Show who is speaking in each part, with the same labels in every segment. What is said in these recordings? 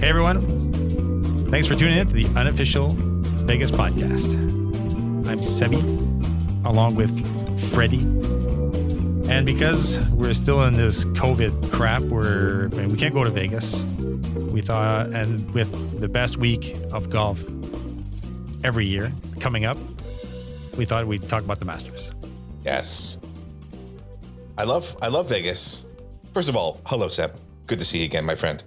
Speaker 1: Hey, everyone. Thanks for tuning in to the unofficial Vegas podcast. I'm Sebi, along with Freddie. And because we're still in this COVID crap, we're, I mean, we can't go to Vegas. We thought, and with the best week of golf every year coming up, we thought we'd talk about the Masters.
Speaker 2: Yes. I love I love Vegas. First of all, hello Seb. Good to see you again, my friend.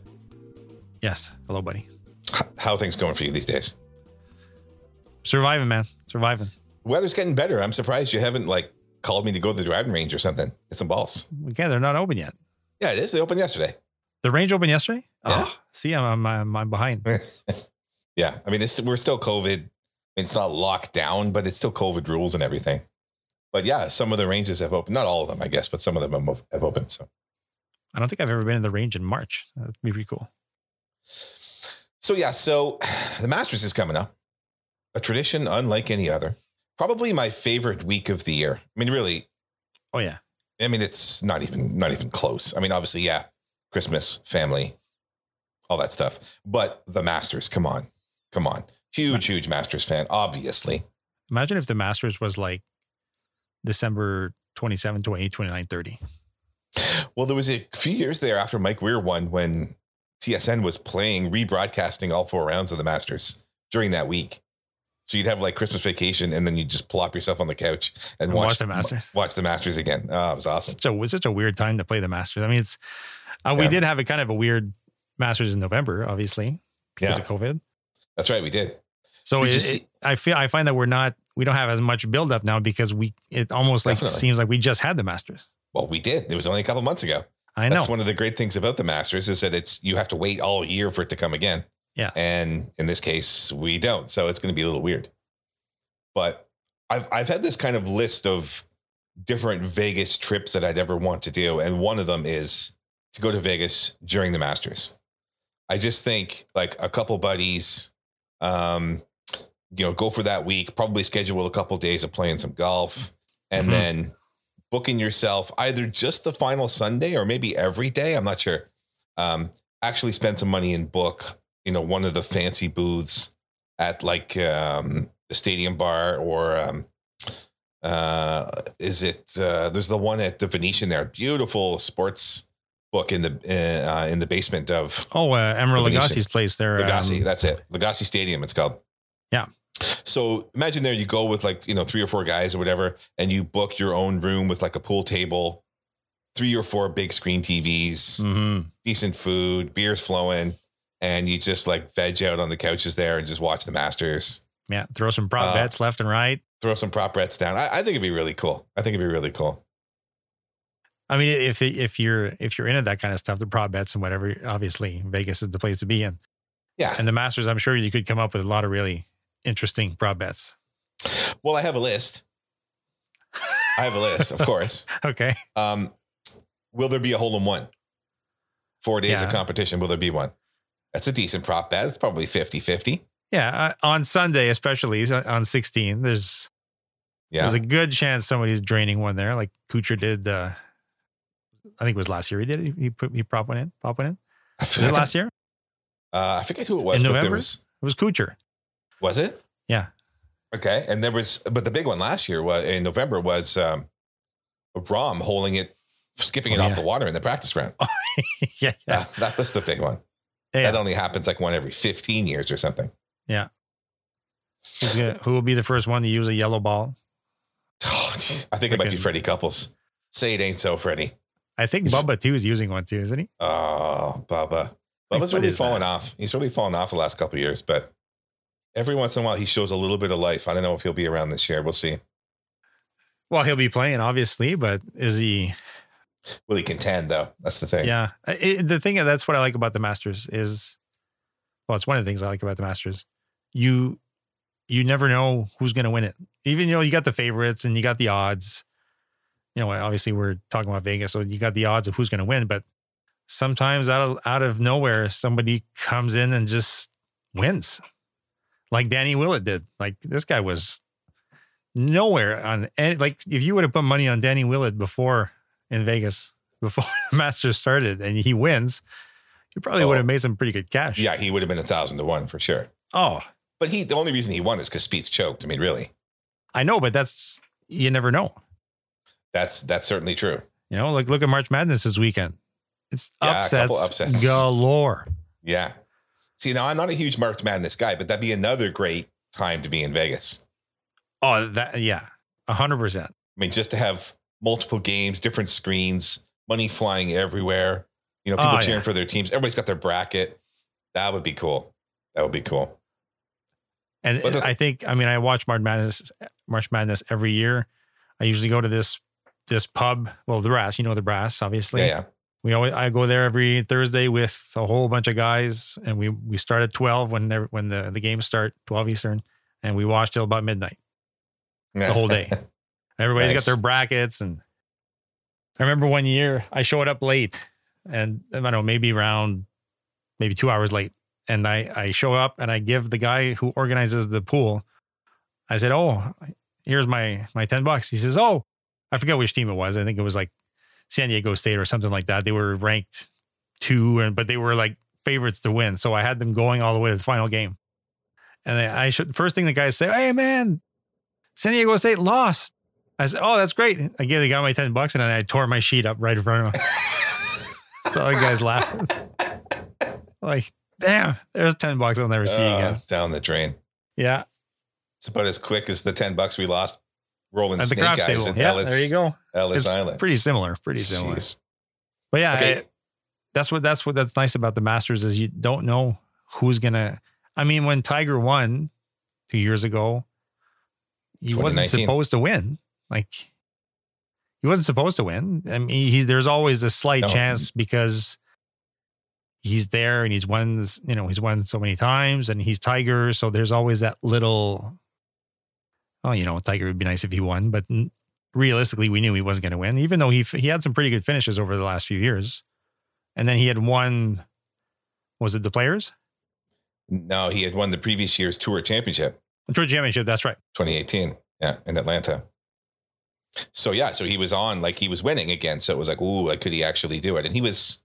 Speaker 1: Yes. Hello, buddy.
Speaker 2: H- How are things going for you these days?
Speaker 1: Surviving, man. Surviving.
Speaker 2: Weather's getting better. I'm surprised you haven't like called me to go to the driving range or something. Get some balls.
Speaker 1: Again, they're not open yet.
Speaker 2: Yeah, it is. They opened yesterday.
Speaker 1: The range opened yesterday?
Speaker 2: Yeah.
Speaker 1: Oh, see, I'm, I'm, I'm, I'm behind.
Speaker 2: Yeah. I mean, it's, we're still COVID. It's not locked down, but it's still COVID rules and everything. But yeah, some of the ranges have opened. Not all of them, I guess, but some of them have- have opened. So
Speaker 1: I don't think I've ever been in the range in March. That'd be pretty cool.
Speaker 2: So yeah, so the Masters is coming up. A tradition unlike any other. Probably my favorite week of the year. I mean, really,
Speaker 1: Oh yeah,
Speaker 2: I mean it's not even not even close. I mean, obviously, yeah, Christmas, family, all that stuff. But the Masters, come on. Come on. Huge, huge Masters fan, obviously.
Speaker 1: imagine if the Masters was like December 27, 28, 29, 30.
Speaker 2: Well, there was a few years there after Mike Weir won when TSN was playing, rebroadcasting all four rounds of the Masters during that week. So you'd have like Christmas vacation, and then you just plop yourself on the couch and,
Speaker 1: And
Speaker 2: watch,
Speaker 1: watch the Masters.
Speaker 2: Watch the Masters again. Oh, it was awesome.
Speaker 1: So it was such a weird time to play the Masters. I mean, it's uh, we
Speaker 2: Yeah.
Speaker 1: did have a kind of a weird Masters in November, obviously because
Speaker 2: Yeah,
Speaker 1: of COVID.
Speaker 2: that's right. We did.
Speaker 1: So
Speaker 2: Did
Speaker 1: it,
Speaker 2: you
Speaker 1: it-
Speaker 2: see-
Speaker 1: I feel I find that we're not we don't have as much buildup now because we it almost like
Speaker 2: Definitely.
Speaker 1: seems like we just had the Masters.
Speaker 2: Well, we did. It was only a couple months ago.
Speaker 1: I know.
Speaker 2: That's one of the great things about the Masters is that it's you have to wait all year for it to come again.
Speaker 1: Yeah.
Speaker 2: And in this case, we don't. So it's going to be a little weird. But I've I've had this kind of list of different Vegas trips that I'd ever want to do, and one of them is to go to Vegas during the Masters. I just think like a couple buddies, um, you know, go for that week. Probably schedule a couple days of playing some golf, and
Speaker 1: Mhm.
Speaker 2: then booking yourself either just the final Sunday or maybe every day. I'm not sure. Um, actually, spend some money and book you know one of the fancy booths at like um, the stadium bar or um, uh, is it uh, there's the one at the Venetian there, beautiful sports book in the uh, in the basement of
Speaker 1: oh, uh, Emerald
Speaker 2: Venetian.
Speaker 1: Lagasse's place there.
Speaker 2: Lagasse.
Speaker 1: um,
Speaker 2: that's it. Lagasse Stadium, it's called.
Speaker 1: Yeah.
Speaker 2: So imagine there you go with like, you know, three or four guys or whatever, and you book your own room with like a pool table, three or four big screen TVs,
Speaker 1: mhm.
Speaker 2: decent food, beers flowing, and you just like veg out on the couches there and just watch the Masters,
Speaker 1: Yeah, throw some prop
Speaker 2: Uh,
Speaker 1: bets left and right.
Speaker 2: throw some prop bets down. I, I think it'd be really cool. I think it'd be really cool.
Speaker 1: I mean, if if you're if you're into that kind of stuff, the prop bets and whatever, obviously Vegas is the place to be in.
Speaker 2: Yeah.
Speaker 1: And the Masters, I'm sure you could come up with a lot of really interesting prop bets.
Speaker 2: Well, I have a list. I have a list, of course.
Speaker 1: Okay.
Speaker 2: Um, will there be a hole in one? Four days
Speaker 1: Yeah.
Speaker 2: of competition. Will there be one? That's a decent prop bet. It's probably 50 50.
Speaker 1: Yeah. Uh, on Sunday, especially so- on 16, there's
Speaker 2: Yeah.
Speaker 1: there's a good chance somebody's draining one there, like Kucher did. Uh, I think it was last year he did it. He put he prop one in, pop one in.
Speaker 2: I
Speaker 1: Was
Speaker 2: forget,
Speaker 1: it last year? It
Speaker 2: uh, I forget who it was.
Speaker 1: In
Speaker 2: but there
Speaker 1: November?
Speaker 2: was,
Speaker 1: was Kucher.
Speaker 2: was it?
Speaker 1: Yeah.
Speaker 2: Okay. And there was, but the big one last year was, in November was um, Rom holding it, skipping it
Speaker 1: Oh,
Speaker 2: off
Speaker 1: yeah.
Speaker 2: the water in the practice round.
Speaker 1: yeah. Yeah.
Speaker 2: That- that was the big one.
Speaker 1: yeah.
Speaker 2: That only happens like one every 15 years or something.
Speaker 1: Who's gonna- who will be the first one to use a yellow ball?
Speaker 2: Oh, geez. I think it might be
Speaker 1: Freaking-
Speaker 2: Freddie Couples. Say it ain't so, Freddie.
Speaker 1: I think Bubba too is using one too, isn't he?
Speaker 2: Oh, Bubba.
Speaker 1: Like,
Speaker 2: Bubba's
Speaker 1: what
Speaker 2: really
Speaker 1: is
Speaker 2: fallen off. He's really fallen off the last couple of years, but every once in a while he shows a little bit of life. I don't know if he'll be around this year. We'll see.
Speaker 1: Well, he'll be playing, obviously, but is he?
Speaker 2: Will he contend though? That's the thing.
Speaker 1: Yeah. I- it- the thing that's what I like about the Masters is, well, it's one of the things I like about the Masters. You, you never know who's going to win it. Even though you got the favorites and you got the odds. You know, obviously we're talking about Vegas, so you got the odds of who's going to win. But sometimes out of out of nowhere, somebody comes in and just wins, like Danny Willett did. Like this guy was nowhere on any. Like if you would have put money on Danny Willett before in Vegas, before the Masters started and he wins, You probably
Speaker 2: Oh.
Speaker 1: would have made some pretty good cash.
Speaker 2: Yeah, he would have been a thousand to one for sure.
Speaker 1: Oh,
Speaker 2: But he, the only reason he won is because Speed's choked. I mean, really,
Speaker 1: I know, but that's you never know.
Speaker 2: that's that's certainly true.
Speaker 1: You know, like look at March Madness this weekend. It's
Speaker 2: Yeah, a
Speaker 1: upsets,
Speaker 2: couple upsets.
Speaker 1: galore.
Speaker 2: Yeah. See, now I'm not a huge March Madness guy, but that'd be another great time to be in Vegas.
Speaker 1: Oh, that yeah, hundred percent.
Speaker 2: I mean, just to have multiple games, different screens, money flying everywhere. You know, people
Speaker 1: Oh,
Speaker 2: cheering
Speaker 1: yeah.
Speaker 2: for their teams. Everybody's got their bracket. That would be cool. That would be cool.
Speaker 1: And
Speaker 2: But the-
Speaker 1: I think I mean I watch March Madness March Madness every year. I usually go to this this pub. Well, the Brass, you know the Brass, obviously.
Speaker 2: Yeah, yeah.
Speaker 1: We always I go there every Thursday with a whole bunch of guys, and we we start at twelve when every- when the the games start twelve Eastern, and we watch till about midnight
Speaker 2: yeah.
Speaker 1: the whole day. Everybody's
Speaker 2: Nice.
Speaker 1: got their brackets, and I remember one year I showed up late, and I don't know maybe around maybe two hours late, and I I show up and I give the guy who organizes the pool, I said, oh, here's my my ten bucks. He says, oh, I forget which team it was. I think it was like San Diego State or something like that. They were ranked two, and but they were like favorites to win. So I had them going all the way to the final game. And I I should first thing the guys say, "Hey man, San Diego State lost." I said, "Oh, that's great." I gave the guy my ten bucks, and then I tore my sheet up right in front of him. so the guys laughing, like, "Damn, there's ten bucks I'll never see
Speaker 2: Uh,
Speaker 1: again."
Speaker 2: down the drain.
Speaker 1: Yeah,
Speaker 2: It's about as quick as the 10 bucks we lost rolling
Speaker 1: at the
Speaker 2: snake
Speaker 1: craps
Speaker 2: eyes
Speaker 1: table.
Speaker 2: at
Speaker 1: Yeah,
Speaker 2: Ellis,
Speaker 1: there you go.
Speaker 2: Ellis
Speaker 1: It's
Speaker 2: Island.
Speaker 1: Pretty similar. Pretty similar.
Speaker 2: Jeez.
Speaker 1: But yeah,
Speaker 2: Okay.
Speaker 1: I- that's what that's what that's nice about the Masters is you don't know who's gonna. I mean, when Tiger won two years ago, he wasn't
Speaker 2: 2019.
Speaker 1: supposed to win. Like he wasn't supposed to win. I mean, he, there's always a slight
Speaker 2: No.
Speaker 1: chance because he's there and he's won. this- You know, he's won so many times and he's Tiger, so there's always that little. Oh, you know, Tiger would be nice if he won, but n- realistically, we knew he wasn't going to win, even though he f- he had some pretty good finishes over the last few years, and then he had won. Was it the Players
Speaker 2: no, he had won the previous year's tour championship,
Speaker 1: the Tour Championship? That's right.
Speaker 2: 2018, yeah, in Atlanta. So yeah, so he was on like he was winning again. So it was like, ooh, like could he actually do it? And he was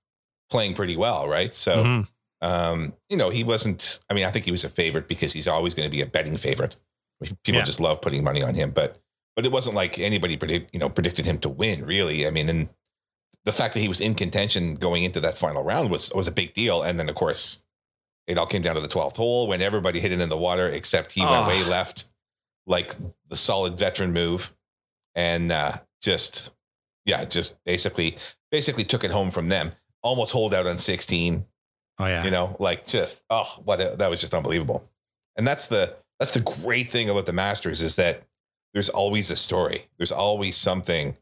Speaker 2: playing pretty well, right? So
Speaker 1: Mhm.
Speaker 2: um, you know, he wasn't. I mean, I think he was a favorite because he's always going to be a betting favorite. People
Speaker 1: Yeah.
Speaker 2: just love putting money on him, but but it wasn't like anybody predict you know predicted him to win really. I mean, and the fact that he was in contention going into that final round was was a big deal. And then of course, it all came down to the twelfth hole when everybody hit it in the water except he
Speaker 1: Ah.
Speaker 2: went way left, like the solid veteran move, and uh, just yeah, just basically basically took it home from them. Almost hold out on sixteen
Speaker 1: Oh yeah.
Speaker 2: you know like just oh what a, that was just unbelievable and that's the that's the great thing about the masters is that there's always a story there's always something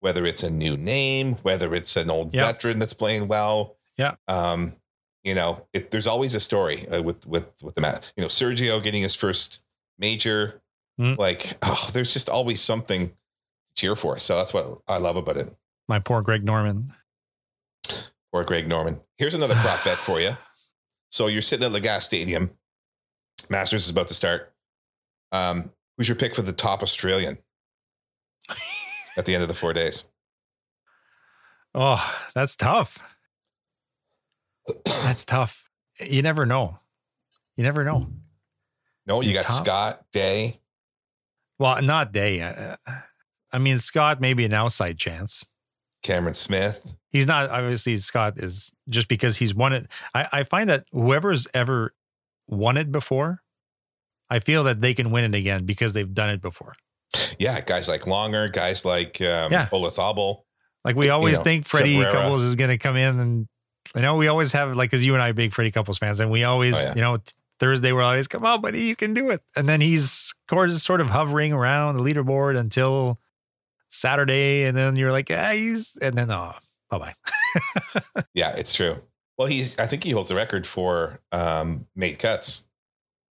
Speaker 2: whether it's a new name whether it's an old
Speaker 1: Yeah.
Speaker 2: veteran that's playing well
Speaker 1: Yeah.
Speaker 2: um you know it, there's always a story uh, with with with the mat you know sergio getting his first major
Speaker 1: Mm.
Speaker 2: like oh there's just always something to cheer for so that's what i love about it
Speaker 1: My poor Greg Norman.
Speaker 2: or Greg Norman. Here's another prop bet for you. So you're sitting at Gas Stadium. Masters is about to start. Um, who's your pick for the top Australian at the end of the four days?
Speaker 1: Oh, that's tough. That's tough. You never know. You never know.
Speaker 2: No, you
Speaker 1: The
Speaker 2: got
Speaker 1: top?
Speaker 2: Scott Day.
Speaker 1: Well, not day. Uh, I mean, Scott may be an outside chance.
Speaker 2: Cameron Smith.
Speaker 1: He's not obviously Scott is just because he's won it. I, I find that whoever's ever won it before, I feel that they can win it again because they've done it before.
Speaker 2: Yeah, guys like Longer, guys like um,
Speaker 1: Yeah.
Speaker 2: Olafable.
Speaker 1: Like we always
Speaker 2: know,
Speaker 1: think Freddie
Speaker 2: Cabrera.
Speaker 1: Couples is going to come in, and you know we always have like because you and I are big Freddie Couples fans, and we always
Speaker 2: Oh, yeah.
Speaker 1: you know t- Thursday we're always come on, buddy, you can do it, and then he's sort of- sort of hovering around the leaderboard until Saturday, and then you're like, ah, he's, and then oh, bye bye.
Speaker 2: Yeah, it's true. Well, he's I think he holds the record for um, made cuts,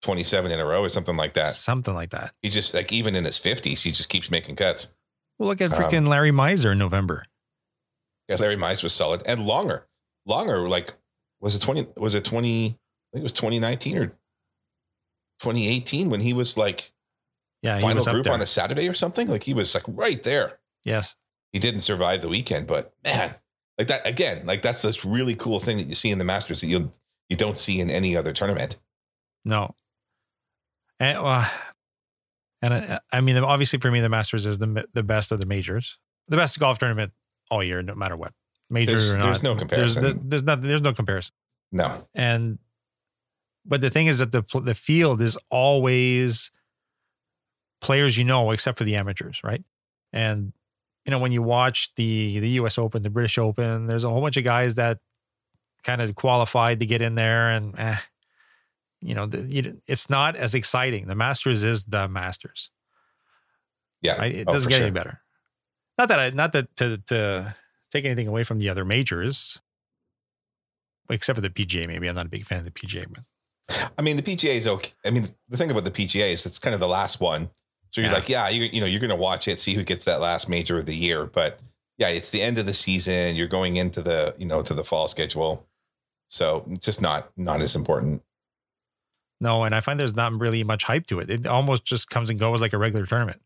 Speaker 2: 27 in a row or something like that.
Speaker 1: Something like that.
Speaker 2: He just like even in his 50s, he just keeps making cuts.
Speaker 1: Well, look at
Speaker 2: Um,
Speaker 1: freaking Larry Miser in November.
Speaker 2: Yeah, Larry Mize was solid and longer. Longer, like was it twenty? Was it twenty? I think it was twenty nineteen or twenty eighteen when he was like
Speaker 1: Yeah, he
Speaker 2: final
Speaker 1: was up
Speaker 2: group
Speaker 1: there.
Speaker 2: on a Saturday or something. Like he was like right there.
Speaker 1: yes,
Speaker 2: He didn't survive the weekend, but man, Like that again, like that's this really cool thing that you see in the Masters that you you don't see in any other tournament.
Speaker 1: No. And, uh, and I, I mean, obviously for me, the Masters is the the best of the majors, the best golf tournament all year, no matter what. Majors
Speaker 2: There's-
Speaker 1: or not,
Speaker 2: there's no comparison.
Speaker 1: There's, there's not. There's no comparison.
Speaker 2: No.
Speaker 1: And but the thing is that the pl- the field is always players you know, except for the amateurs, right? And you know when you watch the the U.S. Open, the British Open, there's a whole bunch of guys that kind of qualified to get in there, and eh, you know the, you, it's not as exciting. The Masters is the Masters.
Speaker 2: Yeah.
Speaker 1: Right? It
Speaker 2: Oh,
Speaker 1: doesn't
Speaker 2: for
Speaker 1: get
Speaker 2: sure.
Speaker 1: any better. Not that I, not that to to take anything away from the other majors, except for the PGA. Maybe I'm not a big fan of the PGA, but
Speaker 2: I mean, the PGA is okay. I mean, the thing about the PGA is it's kind of the last one. So you're
Speaker 1: Yeah.
Speaker 2: like, yeah, you, you know, you're going to watch it, see who gets that last major of the year. But yeah, it's the end of the season. You're going into the, you know, to the fall schedule. So it's just not, not as important.
Speaker 1: no. And I find there's not really much hype to it. It almost just comes and goes like a regular tournament.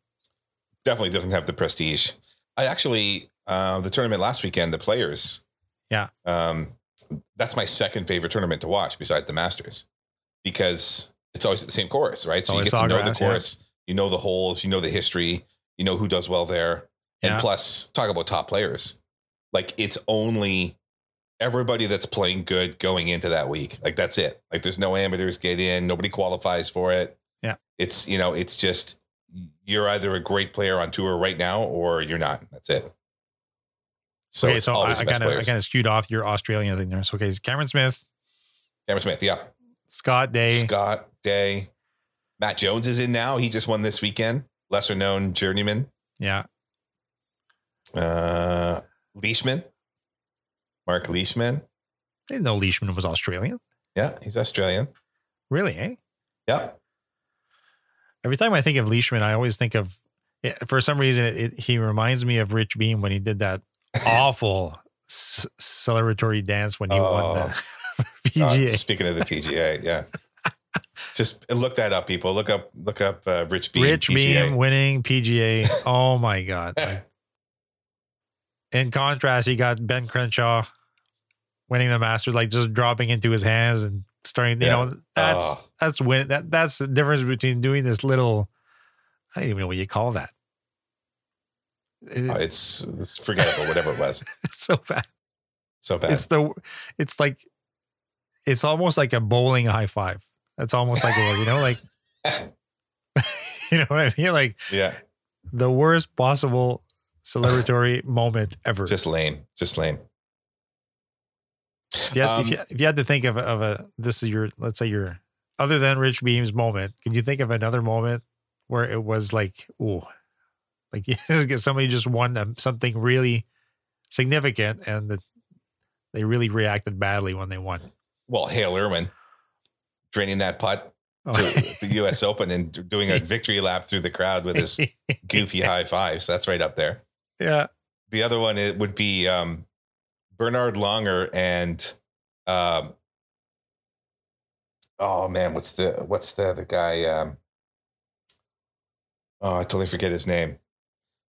Speaker 2: Definitely doesn't have the prestige. I actually, uh, the tournament last weekend, the players.
Speaker 1: Yeah.
Speaker 2: Um, that's my second favorite tournament to watch beside the Masters because it's always the same course, right? So you
Speaker 1: Always
Speaker 2: get to know the
Speaker 1: Sawgrass, yeah.
Speaker 2: course, you know the holes, you know the history, you know who does well there.
Speaker 1: Yeah.
Speaker 2: And plus, talk about top players. Like it's only everybody that's playing good going into that week. Like that's it. Like there's no amateurs get in. Nobody qualifies for it.
Speaker 1: Yeah.
Speaker 2: It's you know it's just you're either a great player on tour right now or you're not. That's it. So
Speaker 1: okay,
Speaker 2: it's
Speaker 1: so I
Speaker 2: always the best
Speaker 1: kind of I
Speaker 2: players.
Speaker 1: kind of skewed off your Australian thing there. So okay, it's Cameron Smith,
Speaker 2: Cameron Smith, yeah.
Speaker 1: Scott Day,
Speaker 2: Scott Day, Matt Jones is in now. He just won this weekend. Lesser known journeyman,
Speaker 1: yeah,
Speaker 2: uh, Leishman, Mark Leishman.
Speaker 1: I didn't know Leishman was Australian.
Speaker 2: Yeah, he's Australian.
Speaker 1: Really? Eh?
Speaker 2: Yeah. Uh,
Speaker 1: Every time I think of Leishman, I always think of it, for some reason it, it, he reminds me of Rich Beam when he did that awful c- celebratory dance when he won the
Speaker 2: Uh,
Speaker 1: PGA.
Speaker 2: speaking of the PGA, yeah. Just look that up, people. Look up, look up uh, Rich Beam.
Speaker 1: Rich
Speaker 2: PGA.
Speaker 1: Beam winning PGA. Oh my god! Like, In contrast, he got Ben Crenshaw winning the Masters, like just dropping into his hands and starting. You
Speaker 2: Yeah.
Speaker 1: know, that's
Speaker 2: Oh.
Speaker 1: that's win. That that's the difference between doing this little. I don't even know what you call that. It-
Speaker 2: Oh, it's, it's forgettable, whatever it was.
Speaker 1: it's so bad.
Speaker 2: So bad.
Speaker 1: It's the it's like it's almost like a bowling high five. That's almost like it was, you know, like you know what I mean? Like
Speaker 2: yeah.
Speaker 1: the worst possible celebratory moment ever.
Speaker 2: Just lame. Just lame.
Speaker 1: if, you had, if,
Speaker 2: um,
Speaker 1: you, if you had to think of, a- of a this is your let's say your other than Rich Beam's moment, can you think of another moment where it was like, ooh, like somebody just won um, something really significant and the, they really reacted badly when they won.
Speaker 2: Well, Hale Irwin draining that putt
Speaker 1: Oh.
Speaker 2: to the U.S. Open and doing a victory lap through the crowd with his goofy high fives. That's right up there.
Speaker 1: yeah.
Speaker 2: The other one it would be um, Bernard Longer and um, oh man, what's the what's the the guy? Um, oh, I totally forget his name.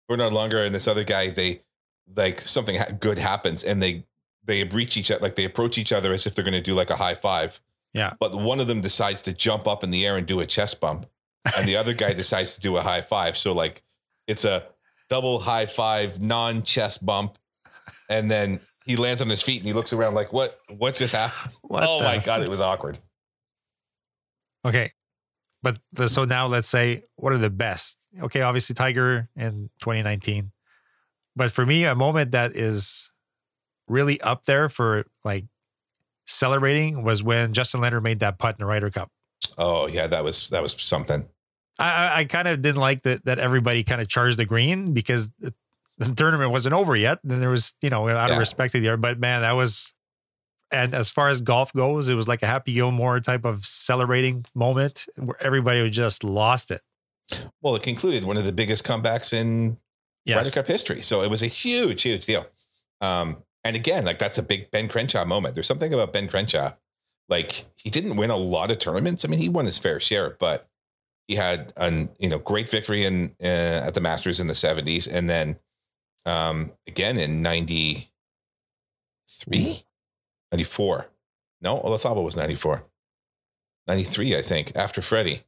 Speaker 2: Bernard Longer and this other guy. They like something ha- good happens and they they reach each other like they approach each other as if they're going to do like a high five.
Speaker 1: Yeah.
Speaker 2: But one of them decides to jump up in the air and do a chest bump, and the other guy decides to do a high five. So like it's a double high five, non chest bump, and then he lands on his feet and he looks around like, "What? What just happened?"
Speaker 1: What
Speaker 2: oh
Speaker 1: the-
Speaker 2: my god, it was awkward.
Speaker 1: Okay. But the, so now let's say what are the best? Okay, obviously Tiger in 2019. But for me, a moment that is really up there for like celebrating was when Justin Leonard made that putt in the Ryder Cup.
Speaker 2: Oh yeah, that was that was something.
Speaker 1: I I, I kind of didn't like that that everybody kind of charged the green because the, the tournament wasn't over yet. Then there was you know out
Speaker 2: Yeah.
Speaker 1: of respect to the other, but man, that was. And as far as golf goes, it was like a Happy Gilmore type of celebrating moment where everybody was just lost it.
Speaker 2: Well, it concluded one of the biggest comebacks in Ryder Cup history, so it was a huge, huge deal. Um, and again, like that's a big Ben Crenshaw moment. There's something about Ben Crenshaw. Like he didn't win a lot of tournaments. I mean, he won his fair share, but he had an you know great victory in uh, at the Masters in the 70s, and then um, again in 90, three, ninety four. No, Olathaba was 94. 93, I think, after Freddie.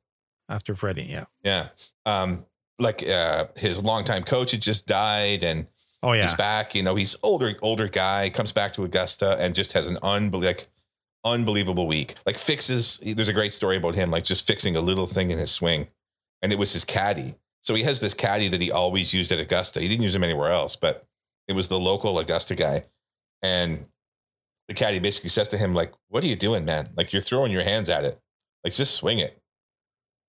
Speaker 1: after Freddie. Yeah.
Speaker 2: Yeah. Um, like uh, his longtime coach had just died and
Speaker 1: Oh yeah.
Speaker 2: he's back. You know, he's older, older guy, comes back to Augusta and just has an unbel- like, unbelievable week. Like fixes there's a great story about him, like just fixing a little thing in his swing. And it was his caddy. So he has this caddy that he always used at Augusta. He didn't use him anywhere else, but it was the local Augusta guy. And the caddy basically says to him, like, what are you doing, man? Like you're throwing your hands at it. Like just swing it.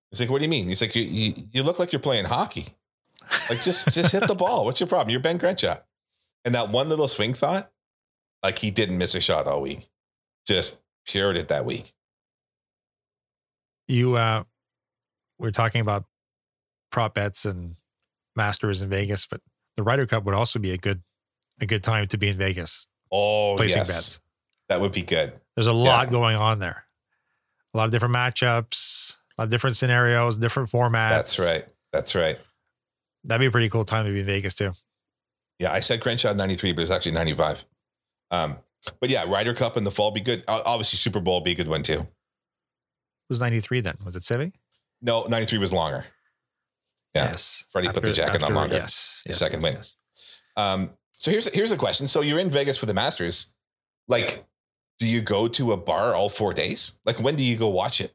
Speaker 2: He's like, what do you mean? He's like, you, you, you look like you're playing hockey. Like just just hit the ball. What's your problem? You're Ben Crenshaw. And that one little swing thought, like he didn't miss a shot all week. Just cured it that week.
Speaker 1: you uh we are talking about prop bets and masters in Vegas, but the Ryder Cup would also be a good a good time to be in Vegas
Speaker 2: Oh
Speaker 1: placing
Speaker 2: yes,
Speaker 1: bets.
Speaker 2: that would be good.
Speaker 1: There's a lot going on there. A lot of different matchups, a lot of different scenarios, different formats.
Speaker 2: That's, right. That's right.
Speaker 1: That'd be a pretty cool time to be in Vegas too.
Speaker 2: Yeah, I said Crenshaw ninety three, but it's actually ninety five. Um, but yeah, Ryder Cup in the fall be good. O- Obviously, Super Bowl be a good one too.
Speaker 1: Who's 93 then? Was it 70?
Speaker 2: No, ninety three was longer. Yeah.
Speaker 1: Yes.
Speaker 2: Freddie put the jacket on longer.
Speaker 1: Yes.
Speaker 2: The second win. Um, so here's here's a question. So you're in Vegas for the Masters. Like, do you go to a bar all four days? Like, when do you go watch it?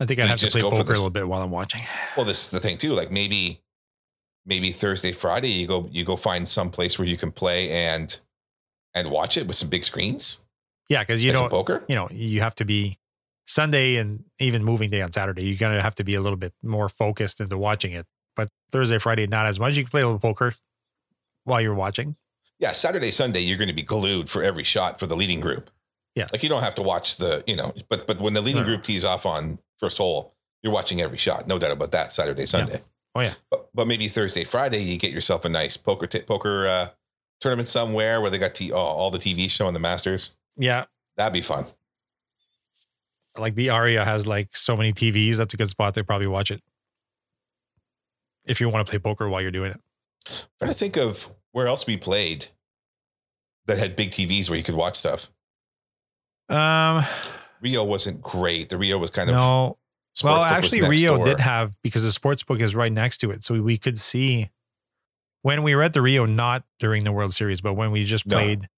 Speaker 1: I think I
Speaker 2: You
Speaker 1: have to
Speaker 2: just
Speaker 1: play
Speaker 2: go for
Speaker 1: poker a
Speaker 2: this.
Speaker 1: little bit while I'm watching.
Speaker 2: Well, this is the thing too. Like maybe, maybe Thursday, Friday, you go you go find some place where you can play and and watch it with some big screens.
Speaker 1: Yeah, because you
Speaker 2: play
Speaker 1: know
Speaker 2: some poker.
Speaker 1: you know you have to be sunday and even moving day on saturday you're going to have to be a little bit more focused into watching it but thursday friday not as much you can play a little poker while you're watching
Speaker 2: Yeah, Saturday, Sunday, you're going to be glued for every shot for the leading group.
Speaker 1: Yes.
Speaker 2: like you don't have to watch the you know, but but when the leading
Speaker 1: No.
Speaker 2: group tees off on first hole, you're watching every shot, no doubt about that. Saturday, Sunday.
Speaker 1: Oh, yeah.
Speaker 2: But, but maybe Thursday, Friday, you get yourself a nice poker t- poker uh, tournament somewhere where they got t- oh, all the TV show and the Masters.
Speaker 1: yeah
Speaker 2: That'd be fun.
Speaker 1: like the aria has like so many tvs that's a good spot to probably watch it if you want to play poker while you're doing it
Speaker 2: trying to think of where else we played that had big TVs where you could watch stuff.
Speaker 1: um
Speaker 2: Rio wasn't great. The Rio was kind of
Speaker 1: no
Speaker 2: sports
Speaker 1: well
Speaker 2: book was
Speaker 1: actually
Speaker 2: next
Speaker 1: rio
Speaker 2: door.
Speaker 1: did have because the sports book is right next to it so we could see when we were at the rio not during the world series but when we just
Speaker 2: No.
Speaker 1: played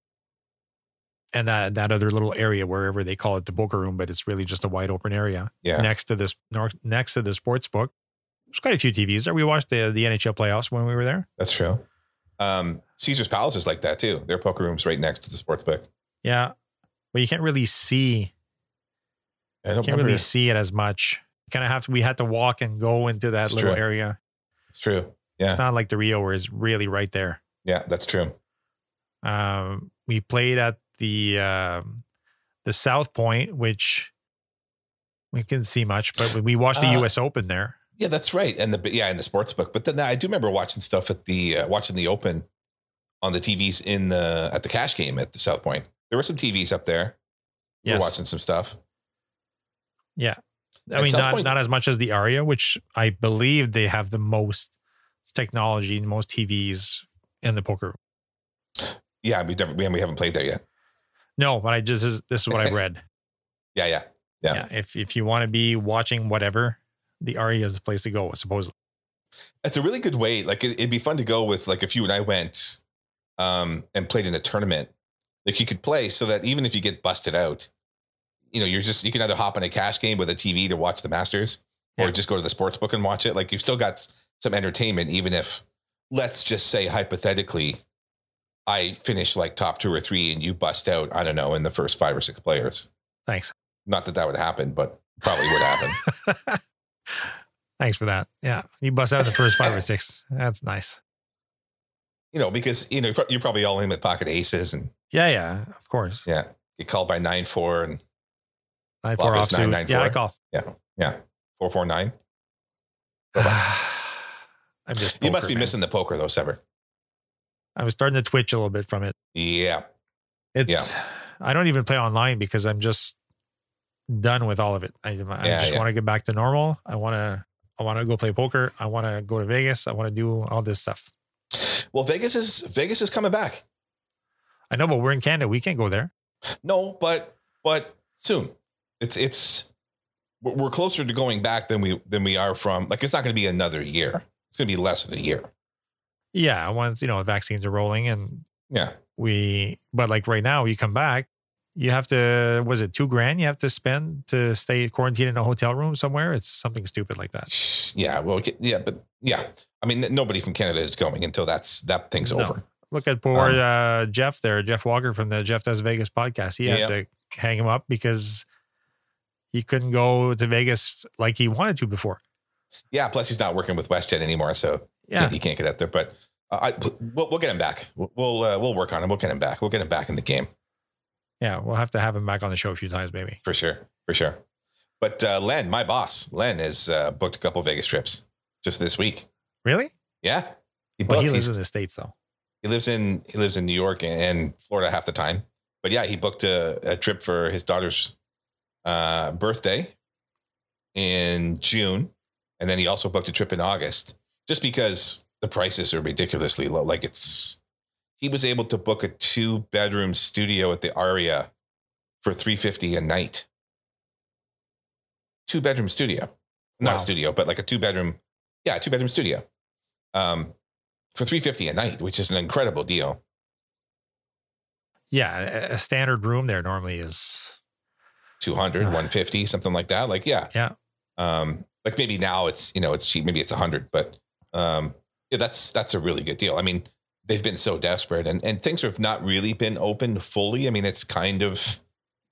Speaker 1: and that that other little area wherever they call it the poker room but it's really just a wide open area
Speaker 2: yeah.
Speaker 1: next to this nor- next to the sports book there's quite a few tvs there we watched the, the nhl playoffs when we were there
Speaker 2: That's true. Um, Caesar's Palace is like that too. Their poker room's right next to the sports book.
Speaker 1: yeah but you can't really see
Speaker 2: I don't
Speaker 1: you can't
Speaker 2: remember.
Speaker 1: really see it as much kind of have to, we had to walk and go into that
Speaker 2: It's
Speaker 1: little
Speaker 2: true.
Speaker 1: area
Speaker 2: It's true. Yeah.
Speaker 1: it's not like the rio where it's really right there
Speaker 2: Yeah, that's true.
Speaker 1: Um, we played at the um the South Point, which we couldn't see much, but we watched the
Speaker 2: Uh,
Speaker 1: U.S. Open there.
Speaker 2: Yeah, that's right. And the yeah, in the sports book. But then I do remember watching stuff at the uh, watching the Open on the TVs in the at the cash game at the South Point. There were some TVs up there. We
Speaker 1: Yes.
Speaker 2: We're watching some stuff.
Speaker 1: I
Speaker 2: at
Speaker 1: mean,
Speaker 2: South
Speaker 1: not
Speaker 2: Point-
Speaker 1: not as much as the Aria, which I believe they have the most technology and most TVs in the poker room.
Speaker 2: Yeah, we never we we haven't played there yet.
Speaker 1: No, but I just this is, this is what I read.
Speaker 2: Yeah, yeah.
Speaker 1: yeah.
Speaker 2: Yeah.
Speaker 1: if if you want to be watching whatever, the Aria is the place to go. Supposedly,
Speaker 2: It's a really good way. Like it, it'd be fun to go with like if you and I went um and played in a tournament, like you could play so that even if you get busted out, you know, you're just you can either hop in a cash game with a TV to watch the Masters
Speaker 1: Yeah.
Speaker 2: or just go to the sports book and watch it. Like you've still got s- some entertainment, even if let's just say hypothetically, I finish like top two or three and you bust out, I don't know, in the first five or six players.
Speaker 1: thanks,
Speaker 2: Not that that would happen, but probably would happen.
Speaker 1: thanks for that. Yeah, you bust out the first five or six. That's nice.
Speaker 2: you know, because you know you're pro- you're probably all in with pocket aces and
Speaker 1: Yeah, yeah, of course.
Speaker 2: yeah, get called by nine four and
Speaker 1: Nine four
Speaker 2: Flop is
Speaker 1: offsuit.
Speaker 2: nine, nine,
Speaker 1: yeah, I
Speaker 2: four.
Speaker 1: call.
Speaker 2: four four nine.
Speaker 1: I'm just.
Speaker 2: You must
Speaker 1: poker,
Speaker 2: be
Speaker 1: man.
Speaker 2: missing the poker though, Sever.
Speaker 1: I was starting to twitch a little bit from it.
Speaker 2: Yeah,
Speaker 1: It's. I don't even play online because I'm just done with all of it. I, I
Speaker 2: Yeah,
Speaker 1: just
Speaker 2: yeah.
Speaker 1: want to get back to normal. I want to. I want to go play poker. I want to go to Vegas. I want to do all this stuff.
Speaker 2: well, Vegas is Vegas is coming back.
Speaker 1: I know, but we're in Canada. We can't go there.
Speaker 2: No, but but soon. It's it's we're we're closer to going back than we than we are from. Like it's not going to be another year. It's going to be less than a year.
Speaker 1: Yeah, once you know vaccines are rolling and
Speaker 2: Yeah.
Speaker 1: we, but like right now, you come back, you have to was it two grand you have to spend to stay quarantined in a hotel room somewhere? It's something stupid like that.
Speaker 2: Yeah. Well. okay, Yeah. But yeah. I mean, n- nobody from Canada is going until that's that thing's
Speaker 1: No.
Speaker 2: over.
Speaker 1: Look at poor
Speaker 2: Um,
Speaker 1: uh, Jeff there, Jeff Walker from the Jeff Does Vegas podcast. He had
Speaker 2: Yeah.
Speaker 1: to hang him up because he couldn't go to Vegas like he wanted to before.
Speaker 2: Yeah. Plus, he's not working with WestJet anymore, so
Speaker 1: Yeah,
Speaker 2: he can't get out there. But uh, I we'll, we'll get him back. We'll we'll, uh, we'll work on him. We'll get him back. We'll get him back in the game
Speaker 1: yeah, we'll have to have him back on the show a few times, maybe.
Speaker 2: for sure. For sure. But uh, Len, my boss, Len, has uh, booked a couple Vegas trips just this week.
Speaker 1: Really?
Speaker 2: Yeah. He
Speaker 1: Well, he
Speaker 2: booked- he's-
Speaker 1: lives in the states though.
Speaker 2: he lives in he lives in New York and Florida half the time. But yeah, he booked a, a trip for his daughter's uh, birthday in June, and then he also booked a trip in August. Just because the prices are ridiculously low, like it's he was able to book a two bedroom studio at the Aria for three fifty a night. Two bedroom studio, not
Speaker 1: Wow.
Speaker 2: a studio, but like a two bedroom, yeah, two bedroom studio. Um, for 350 a night, which is an incredible deal.
Speaker 1: Yeah, a- a standard room there normally is
Speaker 2: 200,
Speaker 1: Ah.
Speaker 2: 150, something like that. Like, yeah.
Speaker 1: Yeah.
Speaker 2: Um, like maybe now it's, you know, it's cheap, maybe it's 100, but um, yeah, that's that's a really good deal. I mean, they've been so desperate and and things have not really been open fully. I mean, it's kind of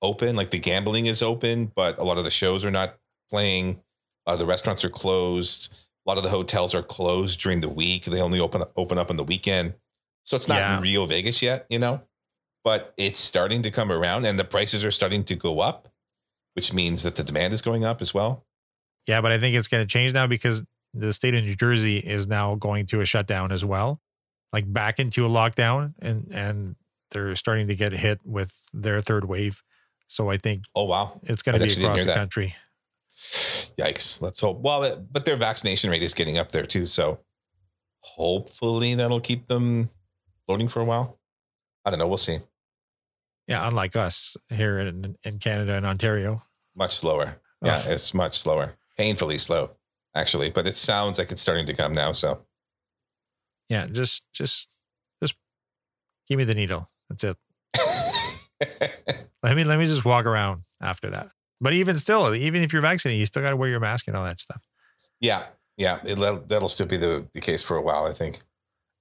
Speaker 2: open, like the gambling is open, but a lot of the shows are not playing. A lot of the restaurants are closed. A lot of the hotels are closed during the week. They only open open up on the weekend. So it's not
Speaker 1: Yeah.
Speaker 2: real Vegas yet, you know, but it's starting to come around and the prices are starting to go up, which means that the demand is going up as well.
Speaker 1: yeah, but I think it's going to change now because the state of New Jersey is now going to a shutdown as well, like back into a lockdown, and and they're starting to get hit with their third wave. So I think
Speaker 2: Oh, wow.
Speaker 1: it's going to
Speaker 2: I
Speaker 1: be
Speaker 2: actually didn't
Speaker 1: across
Speaker 2: hear
Speaker 1: the
Speaker 2: that.
Speaker 1: country.
Speaker 2: Yikes. Let's hope. Well, it, but their vaccination rate is getting up there too. So hopefully that'll keep them floating for a while. I don't know. We'll see.
Speaker 1: Yeah, unlike us here in in Canada and Ontario.
Speaker 2: Much slower. Yeah, it's much slower. Painfully slow, actually. But it sounds like it's starting to come now. So
Speaker 1: Yeah, just just just give me the needle. That's it. Let me let me just walk around after that. But even still, even if you're vaccinated, you still got to wear your mask and all that stuff.
Speaker 2: yeah, yeah. It, that'll, that'll still be the, the case for a while, I think.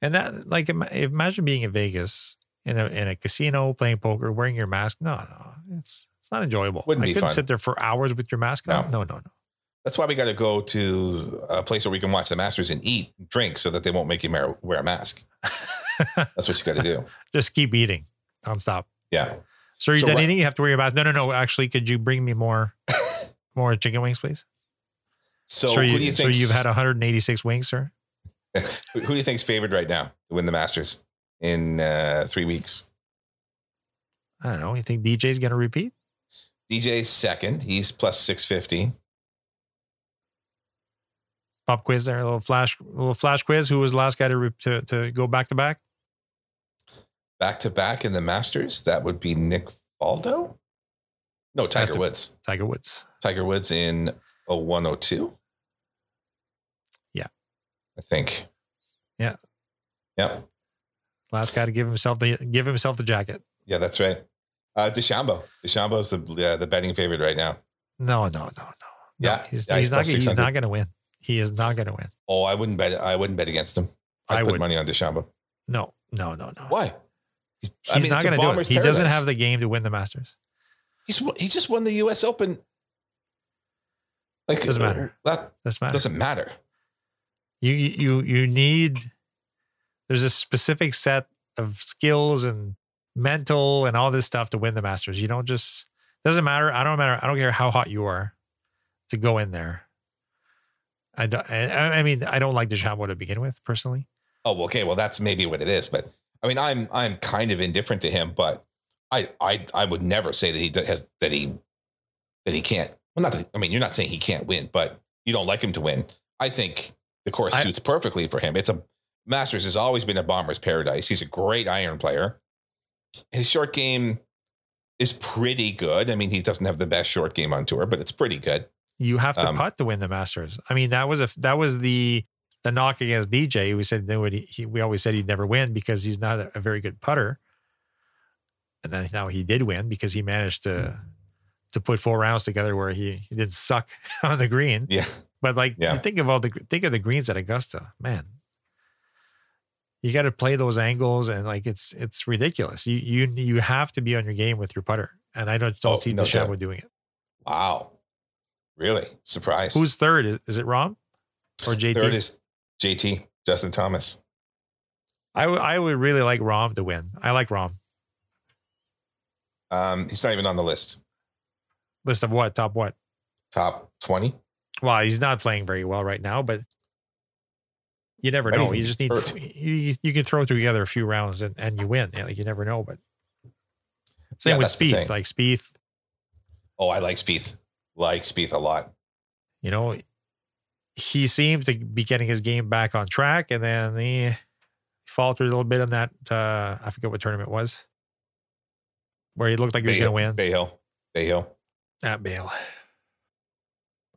Speaker 1: And that, like, ima- imagine being in Vegas in a in a casino playing poker, wearing your mask. No, no, it's it's not enjoyable.
Speaker 2: Wouldn't
Speaker 1: I
Speaker 2: be
Speaker 1: couldn't
Speaker 2: fun.
Speaker 1: sit there for hours with your mask on. No, no, no.
Speaker 2: That's why we got to go to a place where we can watch the Masters and eat, drink, so that they won't make you mar- wear a mask. That's what you got to do.
Speaker 1: Just keep eating nonstop.
Speaker 2: Yeah.
Speaker 1: Sir, you
Speaker 2: So
Speaker 1: done
Speaker 2: what-
Speaker 1: eating? You have to wear your mask. No, no, no. Actually, could you bring me more more chicken wings, please?
Speaker 2: So
Speaker 1: sir,
Speaker 2: who do you think?
Speaker 1: Sir, you've had 186 wings, sir.
Speaker 2: Who who do you think's favored right now to win the Masters in uh, three weeks?
Speaker 1: I don't know. You think DJ's gonna repeat?
Speaker 2: DJ's second. He's plus six fifty.
Speaker 1: Pop quiz there, a little flash, little flash quiz. Who was the last guy to re- to, to go back to back?
Speaker 2: Back to back in the Masters. That would be Nick Faldo. No, Tiger
Speaker 1: Has to-
Speaker 2: Woods.
Speaker 1: Tiger Woods.
Speaker 2: Tiger Woods in 0102.
Speaker 1: Yeah.
Speaker 2: I think.
Speaker 1: Yeah.
Speaker 2: Yep.
Speaker 1: Last guy to give himself the give himself the jacket.
Speaker 2: Yeah, that's right. Uh, DeChambeau. DeChambeau's the uh, the betting favorite right now.
Speaker 1: No, no, no, no. No,
Speaker 2: Yeah.
Speaker 1: he's,
Speaker 2: Yeah,
Speaker 1: he's
Speaker 2: he's
Speaker 1: not.
Speaker 2: plus
Speaker 1: He's
Speaker 2: 600.
Speaker 1: not going to win. He is not going to win.
Speaker 2: Oh, I wouldn't bet. I wouldn't bet against him. I'd
Speaker 1: I
Speaker 2: put
Speaker 1: would.
Speaker 2: money on DeChambeau.
Speaker 1: No, no, no, no.
Speaker 2: Why? He's,
Speaker 1: He's not
Speaker 2: it's a
Speaker 1: going to do it.
Speaker 2: bomber's
Speaker 1: He doesn't
Speaker 2: paradise.
Speaker 1: have the game to win the Masters.
Speaker 2: He's won- he just won the U.S. Open. Like
Speaker 1: Doesn't matter.
Speaker 2: That
Speaker 1: That's matter.
Speaker 2: doesn't matter.
Speaker 1: You you you need. There's a specific set of skills and mental and all this stuff to win the Masters. You don't just doesn't matter. I don't matter. I don't care how hot you are to go in there. I don't, I I mean I don't like DeChambeau to begin with personally.
Speaker 2: Oh, well, okay. Well, that's maybe what it is. But I mean, I'm I'm kind of indifferent to him, but I I I would never say that he do- has that he that he can't. Well, not. That, I mean, you're not saying he can't win, but you don't like him to win. I think the course
Speaker 1: I-
Speaker 2: suits perfectly for him. It's a Masters has always been a bomber's paradise. He's a great iron player. His short game is pretty good. I mean, he doesn't have the best short game on tour, but it's pretty good.
Speaker 1: You have to
Speaker 2: Um,
Speaker 1: putt to win the Masters. I mean, that was a that was the the knock against DJ. We said that would he, we always said he'd never win because he's not a, a very good putter. And then now he did win because he managed to
Speaker 2: Hmm.
Speaker 1: to put four rounds together where he, he didn't suck on the green.
Speaker 2: Yeah.
Speaker 1: But like,
Speaker 2: Yeah.
Speaker 1: you think of all the think of the greens at Augusta, man. You got to play those angles, and like it's it's ridiculous. You you you have to be on your game with your putter, and I don't don't
Speaker 2: Oh,
Speaker 1: see
Speaker 2: no doubt.
Speaker 1: DeChambeau doing it.
Speaker 2: Wow. Really? Surprise.
Speaker 1: Who's third? Is, is it Rom or JT?
Speaker 2: third is JT, Justin Thomas.
Speaker 1: I would- I would really like Rom to win. I like Rom.
Speaker 2: Um, he's not even on the list.
Speaker 1: List of what top what?
Speaker 2: Top 20.
Speaker 1: Well, he's not playing very well right now, but you never
Speaker 2: I
Speaker 1: know.
Speaker 2: mean,
Speaker 1: You just need
Speaker 2: hurt.
Speaker 1: you, you can throw together a few rounds and, and you win. Yeah, like you never know, but same
Speaker 2: Yeah,
Speaker 1: with
Speaker 2: that's the
Speaker 1: Spieth.
Speaker 2: thing.
Speaker 1: Like Spieth,
Speaker 2: Oh, I like Spieth. Like Spieth a lot.
Speaker 1: you know, he seems to be getting his game back on track, and then he faltered a little bit in that. Uh, I forget what tournament it was, where he looked like he was
Speaker 2: Bay Hill-
Speaker 1: going to win
Speaker 2: Bay Hill. Bay Hill.
Speaker 1: at Bale.